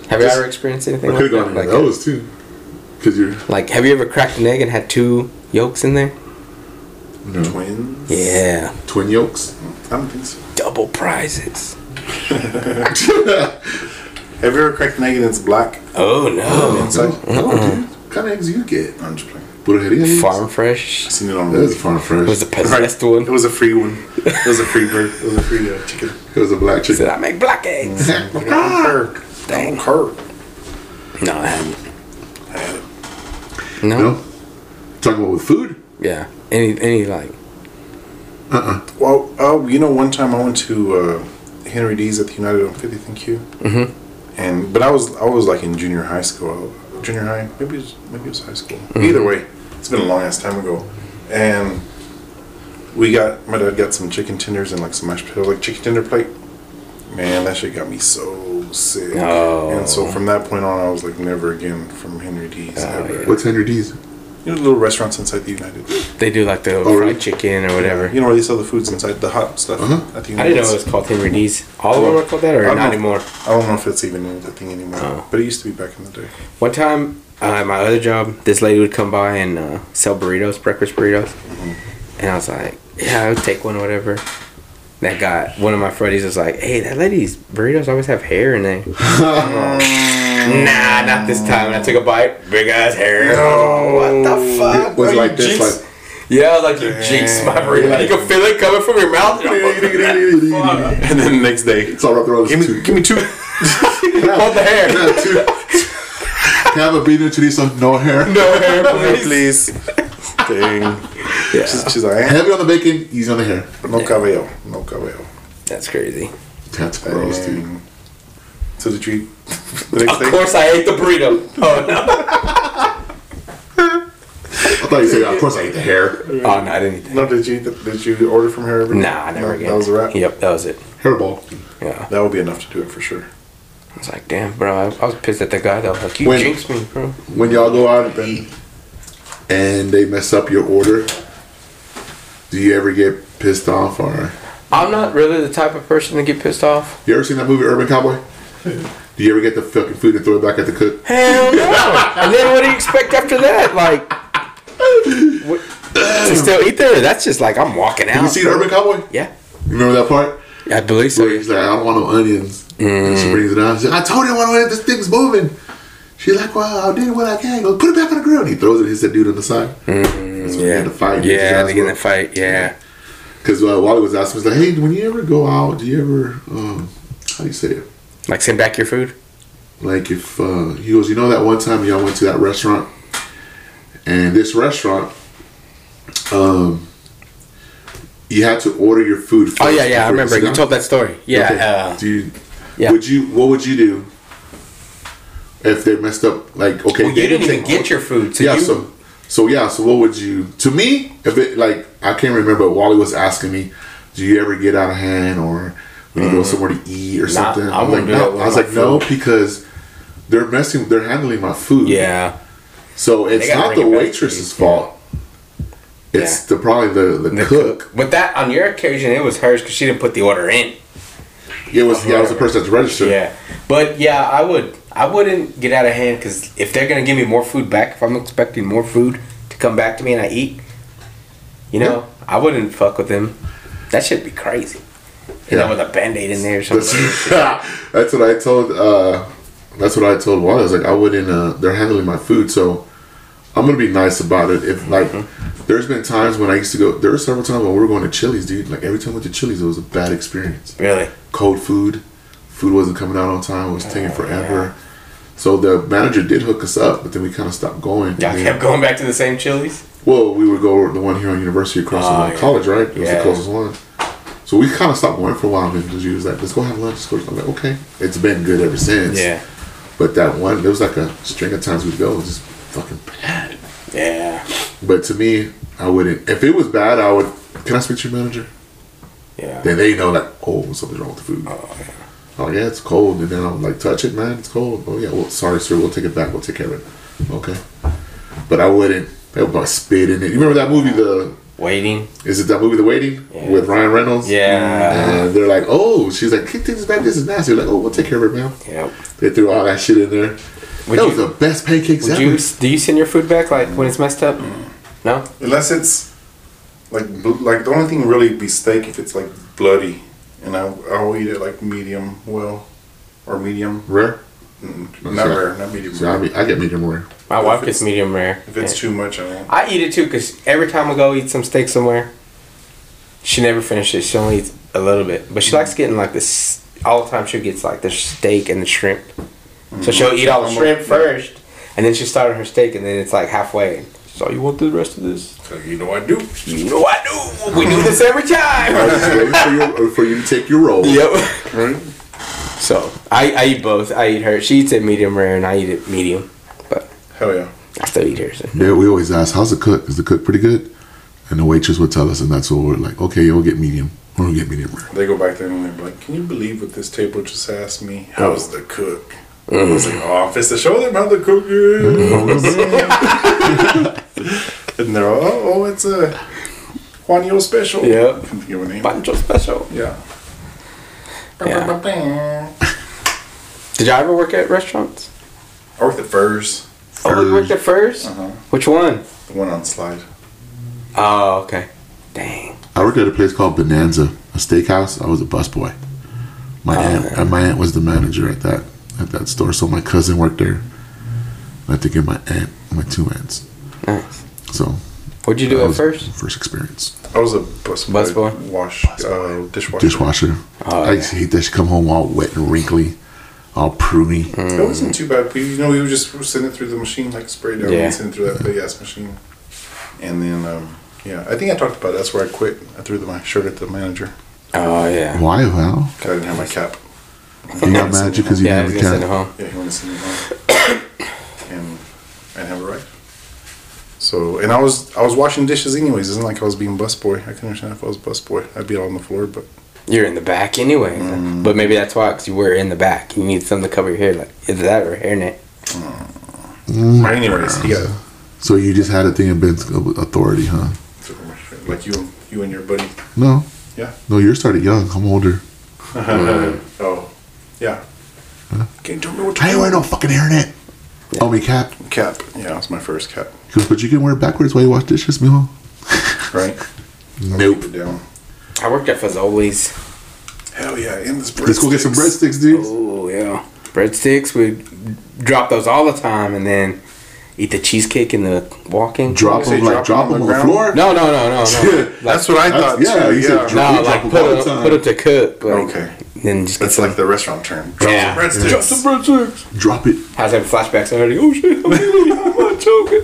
Have you ever experienced
I
anything
could
like
have gone
that?
in
Like,
those too. Cause you're
like, have you ever cracked an egg and had two yolks in there?
Twins?
Yeah,
twin yolks.
I don't think so.
double prizes.
Have you ever cracked an egg and it's black?
Oh no!
It's like, oh, dude, what kind of eggs you get?
I'm just playing.
Burujeria eggs?
Farm Fresh
Seen it on
That is farm fresh.
was the possessed
It
one.
was a free one. It was a free bird. It was a free uh, chicken.
it was a black
Said
chicken.
I make black eggs.
Ah.
Kirk.
Dang.
Kirk.
No, I haven't.
You
No.
know? Talking about with food?
Yeah. Any any like
Well, oh, you know, one time I went to uh, Henry D's at the United on 50th and Q. Mm-hmm. And but I was I was like in junior high school, junior high, maybe it was, maybe it was high school.
Mm-hmm.
Either way, it's been a long ass time ago, and we got my dad got some chicken tenders and like some mashed potatoes, like chicken tender plate. Man, that shit got me so sick.
Oh.
And so from that point on, I was like never again from Henry
Oh,
D's ever.
What's Henry D's?
You know, the little restaurants inside the United.
they do like the
really?
fried chicken or whatever. Mm-hmm.
You know where they sell the foods inside the hot stuff at the
I didn't know it
United's?
was called Henry D's. All of them are called that, or
I don't
not
know.
anymore.
I don't know if it's even a thing anymore,
Oh.
but it used to be back in the day.
One time, uh, at my other job, this lady would come by and uh, sell burritos, breakfast burritos, and I was like, "Yeah, I would take one, or whatever." That guy, one of my buddies, was like, "Hey, that lady's burritos always have hair in them." nah, not this time. And I took a bite, big ass hair. Oh, what the
Was
fuck? Bro,
it
you
like this,
jinxed-
like-
yeah, I was like you jinxed my burrito. You can feel it coming from your mouth.
it's
And then the next day,
all right, throw this
give me,
two.
give me two.
Hold the hair.
Yeah, two. Can I have a bean and chorizo? No hair.
No hair, please.
please. Dang. She's, she's like, eh,
Heavy on the bacon, easy on the hair.
no cabello, no cabello.
That's crazy.
That's gross, dude.
And so did you eat the next
Of
day?
course, I ate the burrito. Oh no.
I thought you said, of course I eat the hair.
Oh no, I didn't eat that.
No, did you eat the, did you order from her every
Nah, I never
No,
again.
That was a wrap.
Yep, that was it.
Hairball.
Yeah.
That would be enough to do it for sure.
I was like, damn, bro, I, I was pissed at the guy that was like, you
When-
jinxed me, bro.
When y'all go out and eat and they mess up your order, do you ever get pissed off or
I'm not really the type of person to get pissed off.
you ever seen that movie Urban Cowboy? Do you ever get the fucking food and throw it back at the cook?
Hell no. and then what do you expect after that? Like, what, to still eat there? That's just like I'm walking out.
You seen Urban Cowboy?
yeah,
You remember that part?
I believe
So
so.
he's like, I don't want no onions. And she brings it out. She's like, I told you I want no onions. This thing's moving. She's like, well, I did what I can. He goes, put it back on the grill. And he throws it and hits that dude on the side. That's when they had to fight.
Mm, Yeah, they get in a fight. Yeah.
Because uh, Wally was asking, he's like, hey, when you ever go out, do you ever, um, how do you say it?
Like send back your food.
Like if, uh, he goes, you know that one time y'all went to that restaurant? And this restaurant, um, you had to order your food first.
Oh yeah, yeah, I
before
remember.
sit
You
down?
told that story. Yeah.
Okay.
Uh,
do you,
yeah.
Would you? What would you do if they messed up? Like, okay,
well, you
they
didn't even
take-
get your food. So
yeah.
you,
So, so yeah. So, what would you? To me, if it like I can't remember. Wally was asking me, "Do you ever get out of hand or when you go somewhere to eat or something?"
Mm-hmm. I
I was like,
wouldn't do that
no.
with
I was
my
like, no, because they're messing. They're handling my food.
yeah.
So it's
gotta
not
bring
the
it back to
waitress's fault. It's the probably the, the,
The
cook.
cook. But that on your occasion, it was hers because she didn't put the order in. Uh-huh.
It was yeah, it was the person that's registered.
Yeah, but yeah, I would I wouldn't get out of hand because if they're gonna give me more food back, if I'm expecting more food to come back to me and I eat, you know, I wouldn't fuck with them. That should be crazy. You
Yeah.
know, with a band-aid in there or
That's,
something.
that's what I told. Uh, that's what I told Wally. I was like, I wouldn't. Uh, they're handling my food, so I'm gonna be nice about it. If like, there's been times when I used to go. There were several times when we were going to Chili's, dude. Like every time we went to Chili's, it was a bad experience.
really?
Cold food, food wasn't coming out on time. It was taking forever. So the manager did hook us up, but then we kind of stopped going.
Y'all
And then-
kept going back to the same Chili's?
well, we would go the one here on University across
Oh,
from my
yeah.
college, right? It was the
Yeah.
closest one. So we kind of stopped going for a while because you was like, let's go have lunch. Let's go. I'm like, okay. It's been good ever since. But that one, there was like a string of times we'd go, it was just fucking bad.
Yeah.
But to me, I wouldn't. If it was bad, I would. Can I speak to your manager?
Yeah.
Then they know, like, oh, something's wrong with the food.
Oh, yeah.
Oh yeah, it's cold. And then I'm like, touch it, man. It's cold. Oh yeah. Well, sorry, sir. We'll take it back. We'll take care of it. Okay. But I wouldn't. They would probably spit in it. You remember that movie, The
Waiting.
Is it that movie The Waiting
Yeah.
with Ryan Reynolds?
Yeah.
uh,
And they're like, oh, she's like, kick things back. This is nasty. Like, oh, we'll take care of it, man.
Yeah.
They threw all that shit in there.
Would
that
you-
was the best pancakes
Would
ever.
you, do you send your food back like when it's messed up? No?
Unless it's like bl- like the only thing really be steak if it's like bloody, and I I'll eat it like medium well, or medium
Rare.
not
sorry.
rare, not medium.
So I, mean, I get medium rare.
My
If
wife
it's-
gets medium rare.
If it's
Yeah.
too much, I won't.
I eat it too because every time I go eat some steak somewhere, she never finishes. She only eats a little bit, but she likes getting like this all the time. She gets like the steak and the shrimp, so she'll eat all the Mm-hmm. shrimp first, and then she started her steak, and then it's like halfway. So you want the rest of this?
So you know I do.
You know I do. We do this every
I was
time.
just waiting for, your, uh, for you to take your roll.
yep.
Right?
So I, I eat both. I eat her. She eats it medium rare, and I eat it medium. But
Hell yeah.
I still eat hers.
Yeah, we always ask, "How's the cook? Is the cook pretty good?" And the waitress would tell us, and that's what we're like. Okay, you'll get medium. Or we'll get medium rare.
They go back there and they're like, "Can you believe what this table just asked me? How's the cook?" I was like, "Oh, I'm to show them how the cook is." and they're, "Oh, oh it's a Juanio special."
Yeah.
I can't think of a name.
Pancho special.
Yeah.
Did y'all ever work at restaurants?
I worked the furs,
Oh, you worked at first.
Uh-huh.
Which one?
the one on slide.
Oh, okay. Dang.
I worked at a place called Bonanza, a steakhouse. I was a busboy.
Oh,
My aunt, and my aunt was the manager at that at that store. So my cousin worked there. I think and my aunt, my two aunts.
Nice.
So
What'd you do
that
at
was
first?
first experience.
I was a bus
Busboy?
wash, uh, dishwasher.
Dishwasher.
Oh,
I
yeah.
used to hate that. She come home all wet and wrinkly, all pruny.
Mm.
It wasn't too bad. We, you know, we would just send it through the machine, like spray down
Yeah.
and send it through that big ass machine. And then, um, yeah, I think I talked about it. that's where I quit. I threw the, my shirt at the manager.
Oh yeah.
Why, Val?
'cause I didn't have my cap.
You got mad at you because you
Yeah, I was
didn't
gonna send
have a
it
cat.
home.
Yeah, he wanted to send me home. and I didn't have a right. So, and I was I was washing dishes anyways. It's not like I was being busboy. I couldn't understand if I was busboy. I'd be out on the floor, but
You're in the back anyway,
Mm.
but maybe that's why, 'cause you were in the back. You need something to cover your hair, like either that or a hairnet.
anyways, he got
So you just had a thing of Ben's authority, huh?
took my shirt. like you you and your buddy.
No.
Yeah.
No, you started young. I'm older.
Oh, yeah. Can't tell me what to
Uh-huh. I ain't
do.
wearing no fucking hairnet. Oh, me cap.
cap. Yeah, it's my first cap.
He goes, but you can wear it backwards while you wash dishes, mijo.
Right.
Nope.
Keep it down.
I worked at Fazoli's.
Hell yeah! In this bread
Let's go get some breadsticks, dude.
Oh yeah. Breadsticks. We drop those all the time, and then eat the cheesecake in the walk-in.
Drop
say
them, like
drop
drop
'em on
them on
the
the
ground?
floor.
No, no, no, no, no.
That's what I
That's-
thought too.
yeah,
Yeah,
you said drop-
No,
We
like
drop 'em
put
all the
them,
time.
put them to cook. Like,
Okay.
Then just get
That's
some.
like the restaurant term. Drop
Yeah.
some breadsticks.
Drop some breadsticks.
Drop it.
I was having flashbacks already. Oh shit! I'm eating, I'm not joking.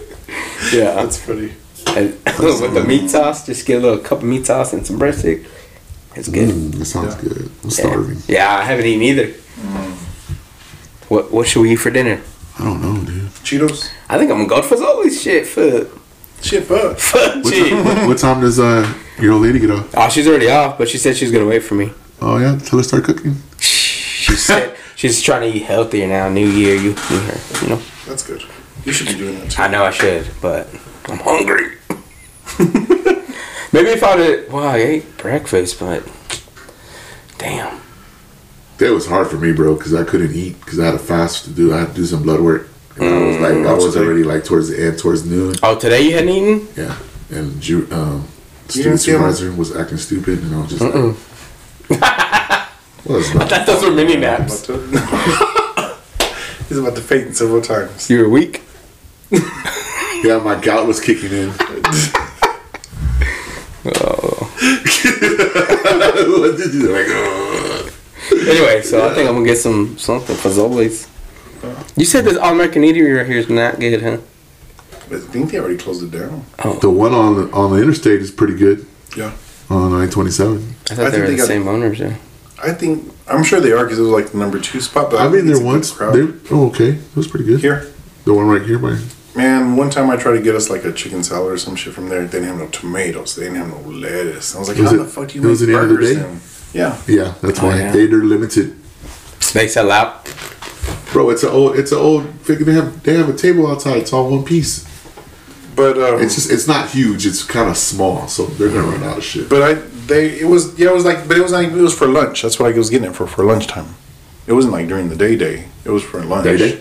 Yeah.
That's pretty.
And with the meat sauce, just get a little cup of meat sauce and some breadstick. It's good.
Mm, that sounds
Yeah.
good. I'm
Yeah.
starving.
Yeah, I haven't eaten either. What What should we eat for dinner?
I don't know, dude.
Cheetos.
I think I'm gonna go for Zoli's shit for
Shit, fuck.
for
What,
cheese.
time, what, what time does uh your old lady get off?
Oh, she's already off, but she said she's gonna wait for me.
Oh yeah, tell her to start cooking.
She said she's trying to eat healthier now. New year, you, you her, you know.
That's good. You should be doing that too.
I know I should, but I'm hungry. Maybe if I did, well, I ate breakfast, but damn,
That was hard for me, bro, because I couldn't eat because I had a fast to do. I had to do some blood work. And I was like,
Mm,
I was already like towards the end, towards noon.
Oh, today you hadn't eaten?
Yeah, and ju- um,
didn't
student
see him?
supervisor was acting stupid, and I was just like, "Well, it's not."
That those were mini
About
naps.
to- uh, He's about to faint several times.
You were weak.
Yeah, my gout was kicking in. Oh. what did you do? Like, "Ugh."
Anyway, so I think I'm gonna get some something fazoli's. You said this All American Eatery right here is not good, huh?
I think they already closed it down.
the one on the, on the interstate is pretty good
Yeah.
on 927.
I thought they
I think
were
they
the
got-
same owners. Yeah.
I think I'm sure they are because it was like the number two spot. But I
I've been
think it's
there
a good
once.
crowd.
They're, oh, okay, it was pretty good.
Here,
the one right here by
man. One time I tried to get us like a chicken salad or some shit from there. They didn't have no tomatoes. They didn't have no lettuce. I was like,
Was
how
it-
the fuck do you
it was
make
at the end of the
burgers?
day?
then? Yeah,
yeah, that's why
Oh, yeah.
they're limited.
They sell out.
Bro, it's an old, it's an old. fig- They have they have a table outside. It's all one piece.
but um,
It's just it's not huge. It's kind of small, so they're gonna run out of shit.
but I they it was yeah it was like but it was like it was for lunch. That's what I was getting it for for lunchtime. It wasn't like during the day day. It was for lunch.
Day Hmm. day?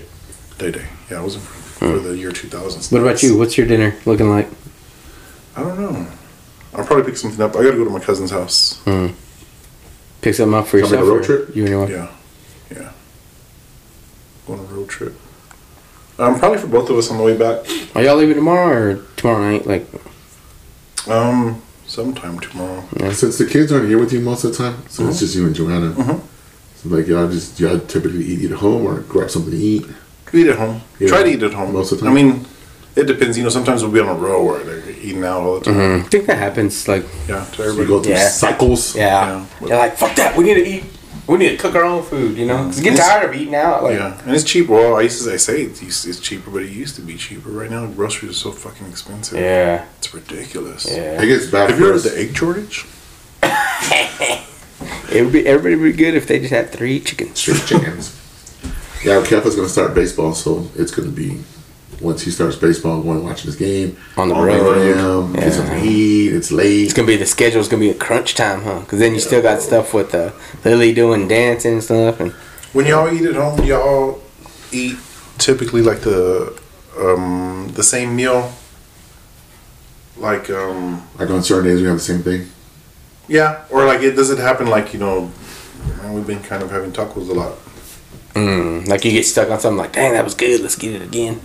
Day day. Yeah, it wasn't for, for the year 2000.
What about you? What's your dinner looking like?
I don't know. I'll probably pick something up. I gotta go to my cousin's house.
Pick something up for
Sounds like
yourself.
a road
or
trip?
You and your wife.
Yeah, yeah. Going on a road trip. Um, probably for both of us on the way back.
Are y'all leaving tomorrow or tomorrow night? Like,
Um, sometime tomorrow.
Since the kids aren't here with you most of the time,
Uh-huh.
so it's just you and Joanna.
Mm-hmm.
So like y'all just y'all typically eat at home or grab something to eat.
We eat at home.
Yeah.
Try to eat at home.
Most of the time.
I mean, it depends. You know, sometimes we'll be on a row where they're eating out all the time.
I think that happens. Like,
Yeah, to
Mm-hmm. So you
everybody.
go through
Yeah.
cycles.
yeah,
Yeah.
they're like, fuck that. We need to eat. We need to cook our own food. You know, 'Cause you get
It's-
tired of eating out. Like,
yeah, and it's cheap. Well, I used to I say it's, used- it's cheaper, but it used to be cheaper. Right now, groceries are so fucking expensive.
yeah,
it's ridiculous.
yeah.
It gets bad.
Have you
for
heard of
us.
the egg shortage?
It would be everybody would be good if they just had three chickens.
Street chickens? yeah, Kefa's gonna start baseball, so it's gonna be once he starts baseball, going watching his game
On the
all night
road.
for him,
Yeah.
Get something to eat. It's late.
It's gonna be the schedule. It's gonna be a crunch time, huh? Because then you still got stuff with uh, Lily doing dancing and stuff, and
When y'all eat at home, do y'all eat typically like the um, the same meal. Like um,
Like on certain days, we have the same thing.
Yeah, or like it doesn't happen like you know, man, we've been kind of having tacos a lot.
mm, like you get stuck on something like, dang, that was good. Let's get it again.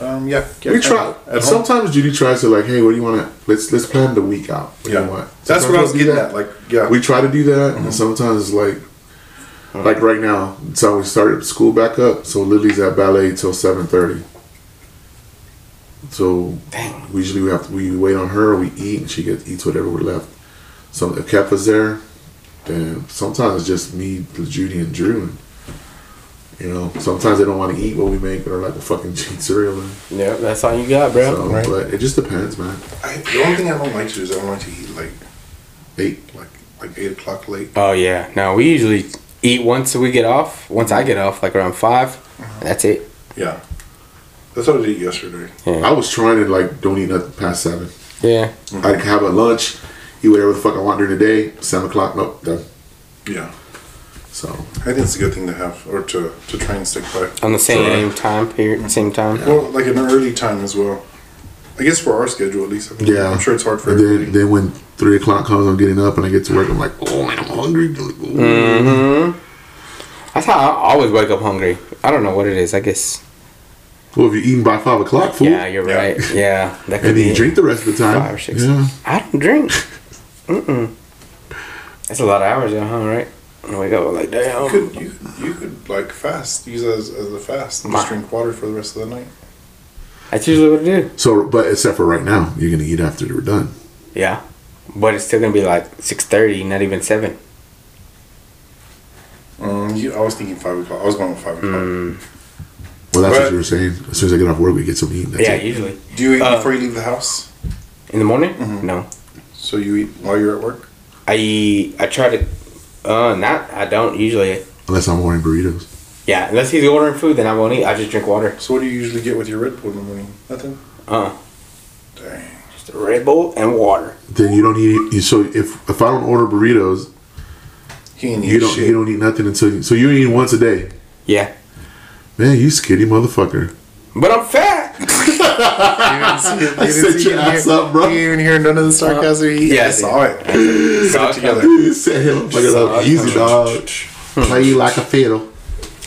Um, yeah,
we try.
at home.
sometimes Judy tries to like, hey, what do you want to? Let's let's plan the week out. What do you
Yeah,
want?
that's what I
Sometimes
was
we'll do
getting
that.
at. Like, yeah, Mm-hmm.
we try to do that, and sometimes it's like, like right now, it's how we started school back up. So Lily's at ballet till seven thirty. So we usually we have to, we wait on her. We eat, and she gets eats whatever we're left. So if Kefa's there, then sometimes it's just me, Judy, and Drew. And, you know, sometimes they don't want to eat what we make, or like a fucking cereal. And,
Yeah, that's all you got, bro.
so,
Right.
but it just depends, man.
I, the only thing I don't like to do is I don't like to eat like
Eight.
like like eight o'clock late.
Oh yeah. No, we usually eat once we get off. Once I get off, like around 5 and that's it.
Yeah, that's what I did yesterday.
I was trying to like don't eat nothing past seven.
Yeah.
Mm-hmm.
I can have a lunch, eat whatever the fuck I want during the day. Seven o'clock, nope, done.
Yeah,
So
I think it's a good thing to have or to to try and stick by.
On the same time period, same time.
Well, like an early time as well. I guess for our schedule at least. I mean,
yeah,
I'm sure it's hard for
And
everybody.
then, then when three o'clock comes, I'm getting up and I get to work. I'm like, oh man, I'm hungry. Mm.
That's how I always wake up hungry. I don't know what it is. I guess.
Well, if you're eating by five o'clock, fool,
Yeah, you're
Yeah.
right. Yeah, that could
and
be.
then you
it.
drink the rest of the time.
Five or six.
Yeah,
I don't drink. Mm-mm. That's a lot of hours, though, huh? Right? And wake up I'm like,
You
damn.
could you, you could like fast use it as as a fast and
Ma.
just drink water for the rest of the night.
That's usually what I do.
So, but except for right now, you're gonna eat after we're done.
Yeah, but it's still gonna be like six thirty, not even seven.
Um, mm, you, I was thinking five o'clock. I was going with five o'clock.
Well, that's
But-
what you were saying. As soon as I get off work, we get something to eat. That's
yeah,
it.
usually
Do you eat
Uh,
before you leave the house?
in the morning. No,
So you eat while you're at work?
I eat- I try to. Uh, not I don't usually.
unless I'm ordering burritos.
Yeah, unless he's ordering food, then I won't eat. I just drink water.
So what do you usually get with your Red Bull in the morning? Nothing.
Uh,
Dang.
just a Red Bull and water.
Then you don't eat. So if if I don't order burritos,
He ain't
You
eat
don't
shit.
you don't eat nothing until you, so you eat once a day.
Yeah.
Man, you skinny motherfucker.
But I'm fat.
I
set your ass up, bro.
You didn't even hear none of the sarcasm. He-
Yeah,
I
dude.
saw it. Put it together.
You set him fucking up easy, dog. Play you like a fiddle.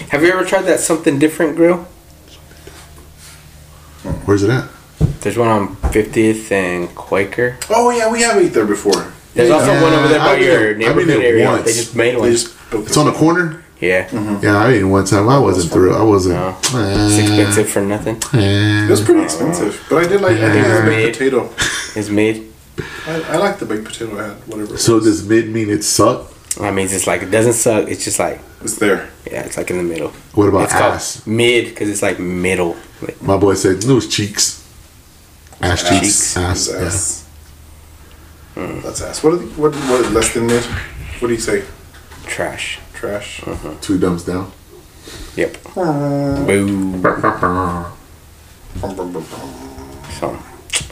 Have you ever tried that something different grill?
Where's it at?
There's one on 50th and Quaker.
Oh yeah, we have ate there before.
There's also one over there by
I've been there-
your
I've been
neighborhood
there
area.
once.
They just made
They
one.
just built
It's on the corner.
yeah.
Yeah, I ate one time. I wasn't through. I wasn't. eh.
No. It's expensive for nothing.
It was
Uh,
pretty expensive, but I did like I think it was
Yeah.
baked potato.
It's made.
I, I like the baked potato I had, whatever. It
So
was.
does mid mean it sucked?
That means it's like, it doesn't suck. It's just like,
it's there.
yeah, it's like in the middle.
What about
It's
ass?
called mid because it's like middle. Like,
My boy said no, it's cheeks. Ass cheeks.
Cheeks.
Ass.
It's ass. That's ass. What are the, what what less than mid? What do you say?
trash.
Trash.
Yeah. Two thumbs down.
Yep. Boo.
Bum, bum,
Uh.
bum, bum.
So,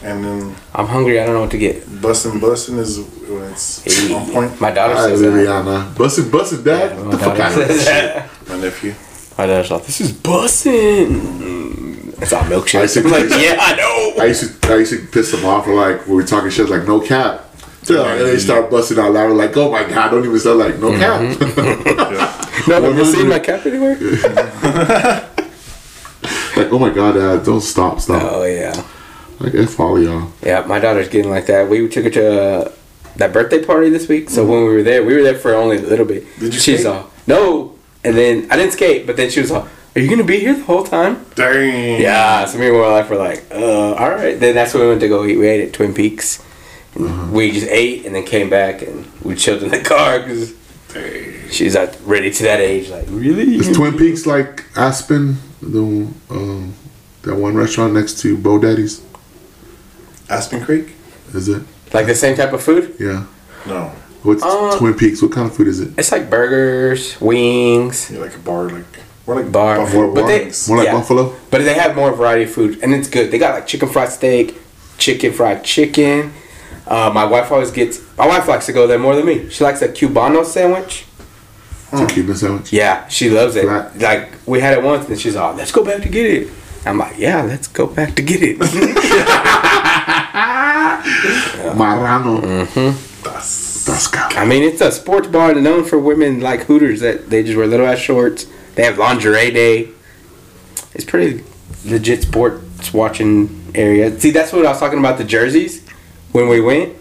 And then
I'm hungry. I don't know what to get.
bussin' bussin' is when it's
Hey,
on point.
My daughter
All right,
says that.
Rihanna. Bussin', bussin', dad. What
My
the fuck
daughter
out of
says
here.
that.
My nephew.
My daughter's like, this is bussin'. It's all
I
milkshake.
said-
I'm like, yeah, I know.
I used to, I used to piss them off. Like we were talking shit, like no cap. And they start busting out loud, like, "Oh my god!" Don't even sound like no cap.
No, have you seen my cap anywhere?
like, oh my god, dad, don't stop, stop.
Oh, yeah.
Like, f all y'all.
Yeah, my daughter's getting like that. We took her to uh, that birthday party this week. So when we were there, we were there for only a little bit.
Did you
She's
skate?
all no, and then I didn't skate, but then she was all, "Are you gonna be here the whole time?"
Dang.
Yeah. So me and my wife were like, "Uh, all right." Then that's when we went to go eat. We ate at Twin Peaks. We just ate and then came back and we chilled in the car because she's like ready to that age. Like really?
Is Twin Peaks like Aspen, the um, that one restaurant next to Bo Daddy's?
Aspen Creek?
Is it?
Like the same type of food?
Yeah.
No.
What's
Uh,
Twin Peaks? What kind of food is it?
It's like burgers, wings.
You're like a bar, like we're like
Bar.
Buffalo
But they-
Wings.
More like
yeah.
buffalo.
But they have more variety of food, and it's good. They got like chicken fried steak, chicken fried chicken. Uh, my wife always gets. My wife likes to go there more than me. She likes a cubano sandwich. Uh-huh.
It's a Cuban sandwich.
Yeah, she loves it.
Right.
Like we had it once, and she's all, "Let's go back to get it." I'm like, "Yeah, let's go back to get it."
Marrano.
Mm.
Das.
Tasca.
I mean, it's a sports bar known for women like Hooters that they just wear little ass shorts. They have lingerie day. It's pretty legit sports watching area. See, that's what I was talking about the jerseys when we went.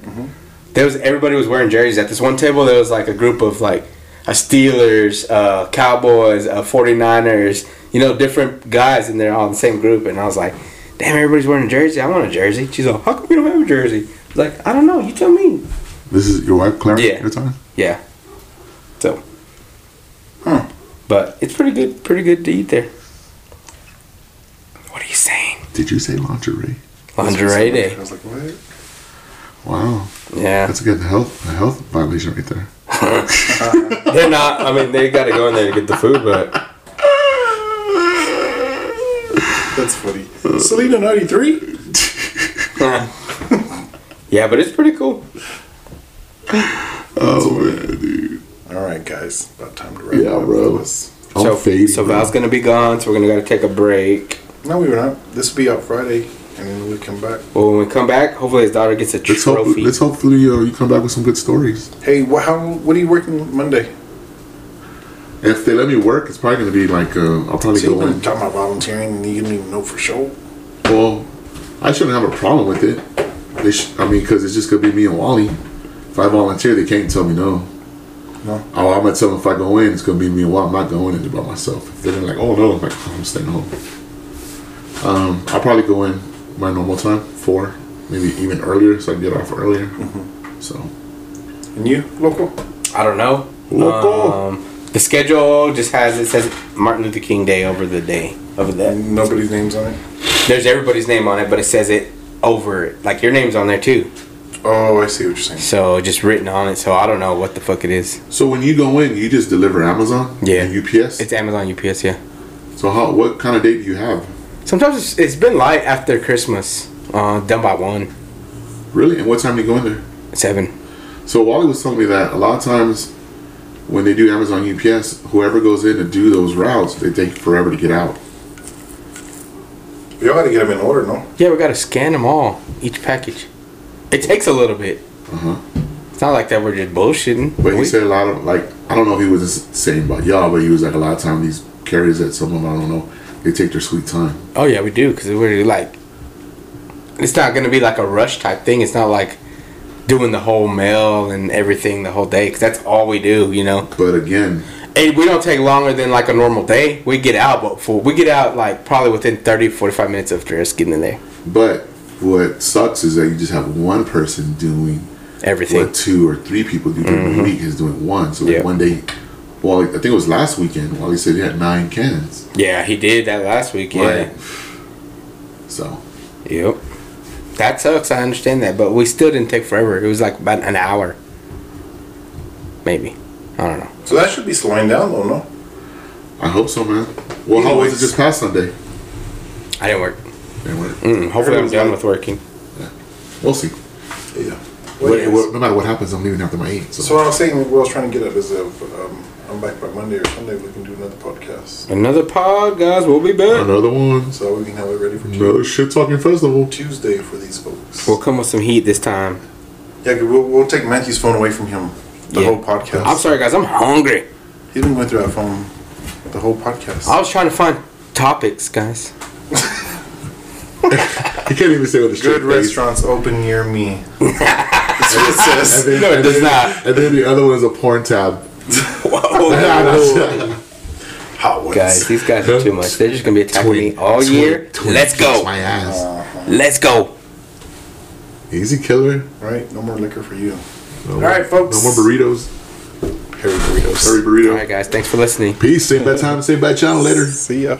There was everybody was wearing jerseys at this one table. There was like a group of like a Steelers, uh, Cowboys, uh, 49ers. You know, different guys, and they're all in the same group. And I was like, "Damn, everybody's wearing a jersey. I want a jersey." She's like, "How come we don't have a jersey?" I was like, "I don't know. You tell me."
This is your wife, Clara.
Yeah.
You're talking?
Yeah. So. But it's pretty good. Pretty good to eat there. What are you saying?
Did you say lingerie?
Lingerie
I
day.
was like, what?
Wow,
Yeah.
that's a good health a health violation right there.
They're not. I mean, they got to go in there to get the food, but
That's funny. Selena ninety three.
yeah, but it's pretty cool.
Oh man, dude.
All right, guys, about time to wrap
Yeah,
up.
bro.
That was-
I'm
so,
fading.
so
bro.
Val's gonna be gone, so we're gonna gotta take a break.
No, we were not. This will be out Friday, and then we'll come back.
Well, when we come back, hopefully his daughter gets a
Let's hope.
trophy.
Let's hopefully uh, you come back with some good stories.
Hey, wha how? What are you working Monday?
If they let me work, it's probably gonna be like uh, I'll probably
So you've
go
been
in.
talking about volunteering, and you didn't even know for sure.
Well, I shouldn't have a problem with it. They sh- I mean, because it's just gonna be me and Wally. If I volunteer, they can't tell me no.
No.
Oh, I'm gonna tell them if I go in, it's gonna be me and Wally. I'm not going in by myself. If they're like, oh no, I'm like, I'm staying home. Um, I'll probably go in my normal time, four, maybe even earlier, so I can get off earlier. So
And you, local?
I don't know.
Loco.
Um, the schedule just has it says Martin Luther King Day over the day over that.
And nobody's names on it.
There's everybody's name on it, but it says it over it. Like your name's on there too.
Oh, I see what you're saying.
So just written on it. So I don't know what the fuck it is.
So when you go in, you just deliver Amazon,
Yeah.
and UPS.
It's Amazon UPS, yeah.
so how? What kind of date do you have?
Sometimes it's, it's been light after Christmas. Uh, done by one,
Really, and what time do you go in there?
seven.
So Wally was telling me that a lot of times when they do Amazon UPS, whoever goes in to do those routes, they take forever to get out.
Y'all got to get them in order, no?
Yeah, we gotta scan them all, each package. It takes a little bit. It's not like that we're just bullshitting.
But he
We-
said a lot of like I don't know if he was just saying about y'all, but he was like a lot of time these carriers that some of them I don't know they take their sweet time.
oh yeah, we do because we're like, it's not gonna be like a rush type thing. It's not like doing the whole mail and everything the whole day because that's all we do, you know.
But again,
And we don't take longer than like a normal day. We get out before we get out like probably within 30, 45 minutes of just getting in there.
but what sucks is that you just have one person doing
Everything.
what two or three people do during the week is doing one. So like
Mm-hmm. Yeah.
one day, well, I think it was last weekend. Wally said he had nine cans.
Yeah, he did that last week. Yeah.
Right. So
Yep. That sucks. I understand that, but we still didn't take forever. It was like about an hour, maybe. I don't know.
So that should be slowing down, though, no?
I hope so, man. Well, how was
Anyways.
it this past Sunday?
I didn't work.
Anyway,
Mm, hopefully, I'm
Everyone's
done
like-
with working.
we'll see.
Yeah.
What, what, no matter what happens, I'm leaving after my eight. So,
So what I was saying, what I was trying to get at is if um, I'm back by Monday or Sunday, we can do another podcast.
Another pod, guys. We'll be back.
another one,
So we can have it ready for Tu-
another shit talking festival.
Tuesday for these folks.
We'll come with some heat this time.
yeah, 'cause we'll, we'll take Matthew's phone away from him the
Yeah.
whole podcast.
I'm sorry, guys. I'm hungry.
He's been going through that phone the whole podcast.
I was trying to find topics, guys.
You can't even say what the straight
Good
face.
restaurants open near me. That's what it says.
And then,
No, it
and
does
then-
not. Oh.
And then the other one is a porn tab.
Hot ones.
guys, these guys are too much. They're just gonna be attacking me all
Twin-
year.
twin
Let's
kicks
go.
My ass.
Uh-huh.
Let's go.
Easy killer.
Right? No more liquor for you.
No
All right, folks.
No more burritos.
Harry burritos.
Hurry
All
burrito.
right, guys. Thanks for listening.
Peace. Same bad time. Same bad channel. Later.
See ya.